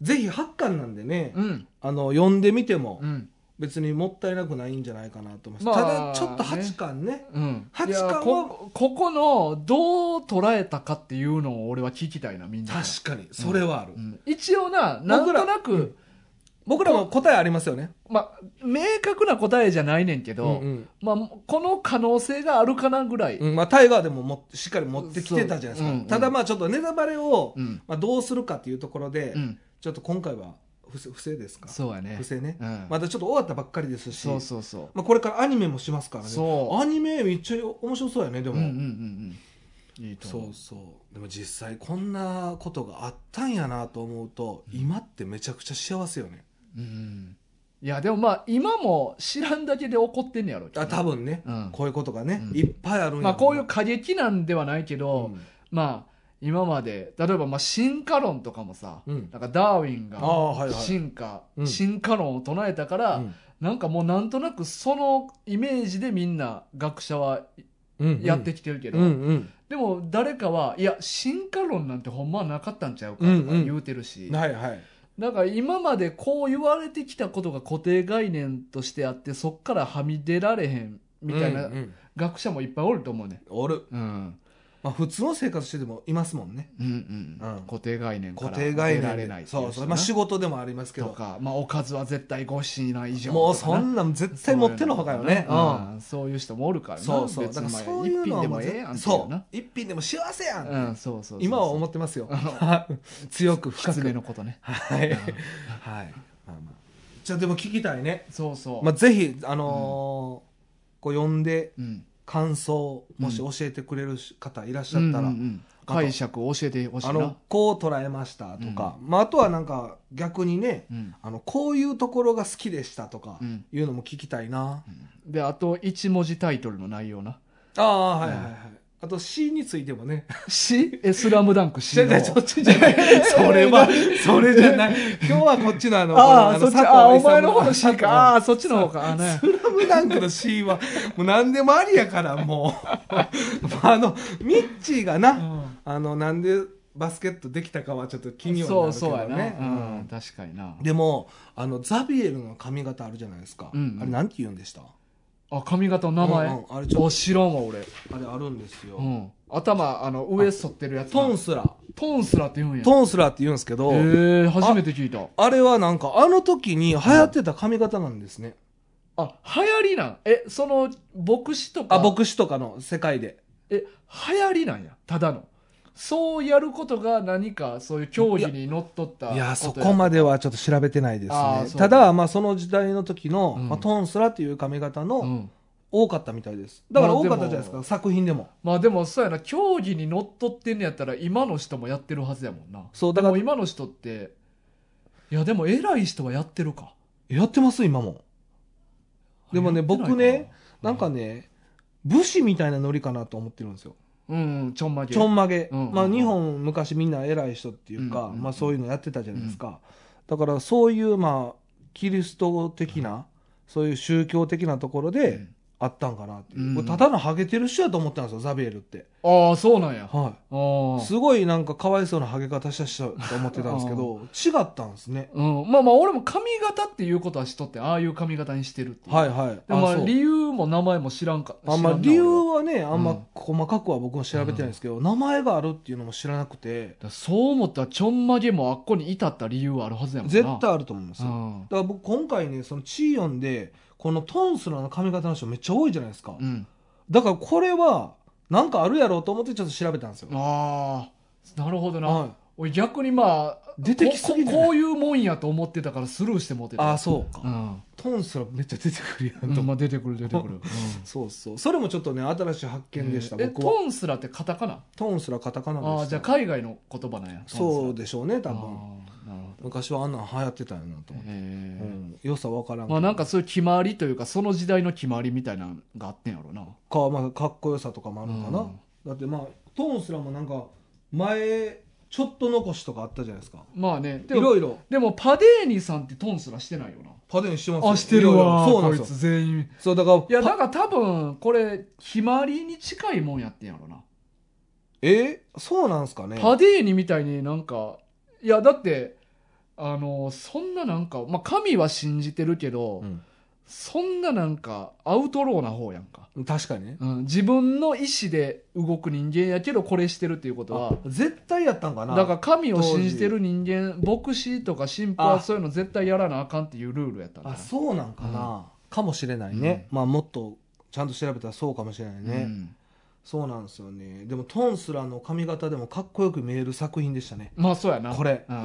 ぜひ8巻なんでね、
うん
あの、読んでみても
う、ん
別にもったいなくないんじゃないかなと思います。
まあ
ただ、ちょっと8巻ね
うん
八
いや
冠は
こここのどう捉えたかっていうのを俺は聞きたいなみんなから
確かにそれはある、
うん一応ななんとなく、
僕らも答えありますよね
まあ明確な答えじゃないねんけど、
うん
まあ、この可能性があるかなぐらい、
うんまあ、タイガーでももっしっかり持ってきてたじゃないですか、
そううん
ただまあちょっとネタバレを、
うん
まあ、どうするかっていうところで、
うん
ちょっと今回は不正不正ですか
そうやね
不正ね、
うん
まだちょっと終わったばっかりですし
そうそうそう
まあ、これからアニメもしますからね
そう
アニメめっちゃ面白そうやねでも、
うんうんうんうんいいと
そ
思う
うそうでも実際こんなことがあったんやなと思うと、今ってめちゃくちゃ幸せよね
うんいやでもまあ今も知らんだけで怒ってんねやろうけど
あ
ね
多分ね、
うん
こういうことがね、
うん
いっぱいあるんやろ
まあこういう過激なんではないけど、まあ今まで例えばまあ進化論とかもさ、
うん
なんかダーウィン
あ
が
あはいはい、
進化、
うん
進化論を唱えたから、なんかもうなんとなくそのイメージでみんな学者は
うん
やってきてるけど、
うんうん
でも誰かはいや進化論なんてほんまはなかったんちゃうかとか言うてるし、
はいはい
なんか今までこう言われてきたことが固定概念としてあってそっからはみ出られへんみたいな
うんうん
学者もいっぱいおると思うね、
おる
うん
まあ、普通の生活しててもいますもんね
うんうん
うん
固定概念か
固
ら
定概
出ら
念
れ
で
ないってい
そうそう、まあ、仕事でもありますけ
と
ど
か、まあ、おかずは絶対5品以上
もう
とか
そ
なん
なん絶対持ってのほかよね
う
うん
んそういう人もおるからな
そうそう。
別
だから
に
そういう
まあ
の
一品で
は
も
う
ええやんってい
そう
な
う。一品でも幸せやんって。
うんそうそうそう
今は思
っ
ってますよ
うん。
強く
き
深
つめ
く。
のことね
はい。
うん
はい。まあまあじゃあでも聞きたいね。
そうそう、
まあぜひ、あのー、こう呼んで
うん、
感想、もし
う
教えてくれる方いらっしゃったら
うんうんう、ん解釈を教えてほしいな
あの、こう捉えましたとか、まああとはなんか逆にね、
うん
あの、こういうところが好きでしたとか
う、ん
いうのも聞きたいな。
であと一文字タイトルの内容な
ああ、はいはいはい。あと C についてもね。
しえスラムダンクし
じゃじゃ そっちじゃない。それは、それじゃない。 今日はこっちのあの、
ああ
こ
そっ
の
ち
の
あお前の方の C
佐藤
かああーそっちの方かあーね
スラムダンクの C は、もう何でもありやから、もう。あの、ミッチーがな、あの、なんでバスケットできたかはちょっと気にはな
そ
る
うそう
けど
や
ね
ね。
う
うん
ん
確かにな
でも、あの、ザビエルの髪型あるじゃないですか。
うんうん
あれ、なんて言うんでした
あ髪型の名前、
うんうんあれちょっと
お知らんわ俺、
あれあるんですよ。
うん、頭あの上剃ってるやつな
トンスラ。
トンスラって言うんや
トンスラって言うんですけど、
へえ初めて聞いた
あれはなんか、あの時に流行ってた髪型なんですね。
あ流行りなんえその牧師とか
あ、牧師とかの世界で。
え流行りなんやただのそうやることが何かそういう教義にのっとった
いや、そ
と
こまではちょっと調べてないです
あー
ね
そ。う
ただ、まあ、その時代の時の、
うん
まあ、トーンスラっていう髪型
う
の
ん、
多かったみたいです。だから
まあ
多
で
か
も
ったじゃないですか、作品でも。
まあでもそうやな教義にのっとってんのやったら今の人もやってるはずやもんな
そうだから
でも今の人っていやでも偉い人はやってるか
やってます、今も。でもね
やってないか
僕ねなんかね、武士みたいなノリかなと思ってるんですよ。
うんうんちょんまげ
ちょんまげ。
うん
まあ、日本昔みんな偉い人っていうか、
うん
まあ、そういうのやってたじゃないですか。だから、そういう、まあ、キリスト的な、そういう宗教的なところ
う
で
ん
あったんかなっていうう。
ん
これただのハゲてる人やと思ったんですよ、ザビエルって。
ああそうなんやあ
はい。
あ
すごいなんかかわいそうなハゲ方した人と思ってたんですけど違ったんですね
うん、まあまあ俺も髪型っていうことはしとってああいう髪型にしてるっていう
はいはい
でもまあ
そう
理由も名前も知らんか
あんま
知らんな
理由
俺は
はねあん
う
ま
ん
細かくは僕も調べてないんですけど、名前があるっていうのも知らなく
だ
て
からそう思ったらちょんまげもあっこに至った理由はあるはずやもんな
絶対あると思うんです
う
よ、だ
ん
から僕今回ねそのチーヨンでこのトンスラの髪型の人めっちゃ多いじゃないですか、
うん
だからこれはなんかあるやろうと思ってちょっと調べたんですよ、
ああなるほどな、
はい、
俺逆にまあ
出てきすぎ
こ
じゃ
こ
ない
こういうもんやと思ってたからスルーしてもうてた
ああそうか、
うん、
トンスラめっちゃ出てくるやんと、
うんまあ、出てくる出てくる、 うん
そうそうそれもちょっとね新しい発見でした、
え
僕は
トンスラってカタカナ
トンスラカタカナでした
ああじゃあ海外の言葉なんや
そう
で
でしょうね多
多分
分
なるほど
昔はあんなん流行ってたよなと思って、
へ
う
え、
ん、良さ分からんけど
まあなんかそういう決まりというかその時代の決まりみたいなのがあってんやろな
か,、まあ、かっこよさとかもあるのかな、
うん
だってまあトーンすらもなんか前ちょっと残しとかあったじゃないですか
まあね
い
でも
ろいろ
でもパデーニさんってトンスラしてないよな
パテンしてますよ
あしてるわ
いろいろそうなんです
こ
よ
いつ全員
そうだから
いやだ
パ
から多分これ決まりに近いもんやってんやろな、
えーそうなんすかね
パデーニみたいになんかいやだってあのそんななんか、まあ、神は信じてるけど、
うん
そんななんかアウトローな方やんか、
確かにね
うん、自分の意思で動く人間やけどこれしてるっていうことは
あ絶対やったんかな
だから神を信じてる人間牧師とか神父はそういうの絶対やらなあかんっていうルールやったんだ
あそうなんかな、かもしれないね、まあもっとちゃんと調べたらそうかもしれないね、
うん
そうなんですよねでもトンスラの髪型でもかっこよく見える作品でしたね
まあそうやな
これ、
うん
あ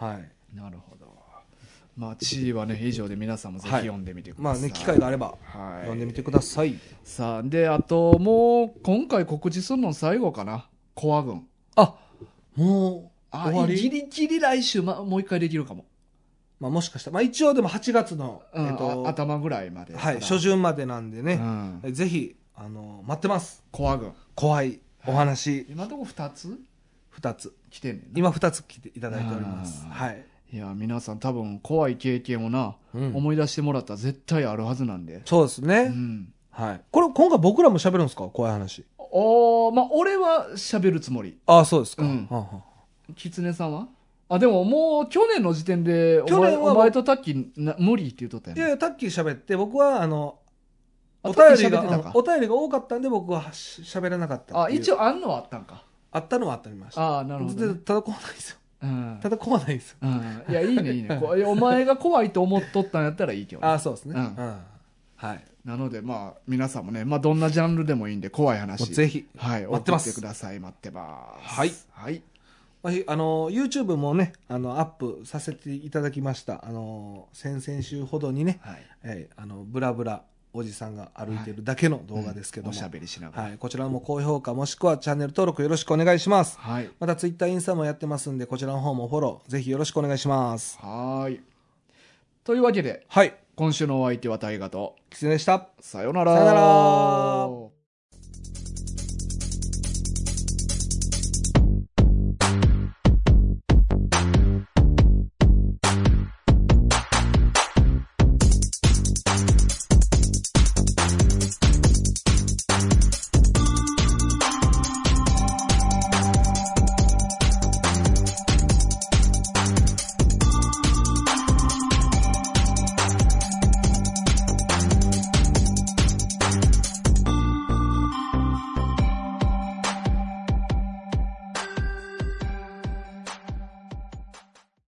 あはい
なるほど。まあ、地位はね、以上で皆さんもぜひ
はい
読んでみてください。
まあね機会があれば
はい。
読んでみてください
さあ、で、あと、もう、今回告知するの最後かな。コア軍。
あもう
あ
終わ、
ギ
り、
リギリ来週、ま、もう一回できるかも。
まあ、もしかしたら、まあ、一応でも8月の、
うん
えっと
あ頭ぐらいまで。
はい、初
手
旬までなんで
う
ね、
ん。
ぜひあの待ってます
コア軍。
怖いお話
今のとこ二つ
2つ
来てんねんな。
今2つ来ていただいております
あー
はい、
いや、皆さん多分、怖い経験をな、
うん
思い出してもらったら絶対あるはずなんで。
そうですね、
うん。
はいこれ今回僕らも喋るんですか怖い話
おーまあ、俺は喋るつもり。
ああそうですか、
うん
はんはん
狐さんはあでももう去年の時点でお
去
前
年は
お前とタッキーな無理って言うとったや
いやい
ん
やタッキー喋って僕はあの
あ
お便
時
り
々喋ってたか、
がお便りが多かったんで僕はし喋らなかった
あ、
っていう
一応あんのはあったんか。
あったのはあったりました。
ああ、なるほどね、
でただ怖ないですよ。
うん
た。だ怖ないですよ。
うん。いや、いいね、いいね。こういやお前が怖いと思っとったんやったらいいけどね、
ああ、そうですね。
うん
はい。
なので、まあ、皆さんもね、まあ、どんなジャンルでもいいんで、怖い
もう
話。
ぜひ。
はい、
待ってます
送ください。待ってます。
はい。
はい。
まあひあの、YouTube もね、あの、アップさせていただきました。あの、先々週ほどにね、
はい。
えーあの、ブラブラおじさんが歩いてるだけの動画ですけど
うん
も、
おしゃ
は
べりしながら。
い。こちらも高評価もしくはチャンネル登録よろしくお願いします。
はい。
また Twitter、インスタもやってますんで、こちらの方もフォロー、ぜひよろしくお願いします。
はーい。というわけで、
はい。
今週のお相手は大河と、
キツネでした。
さよなら。
さよなら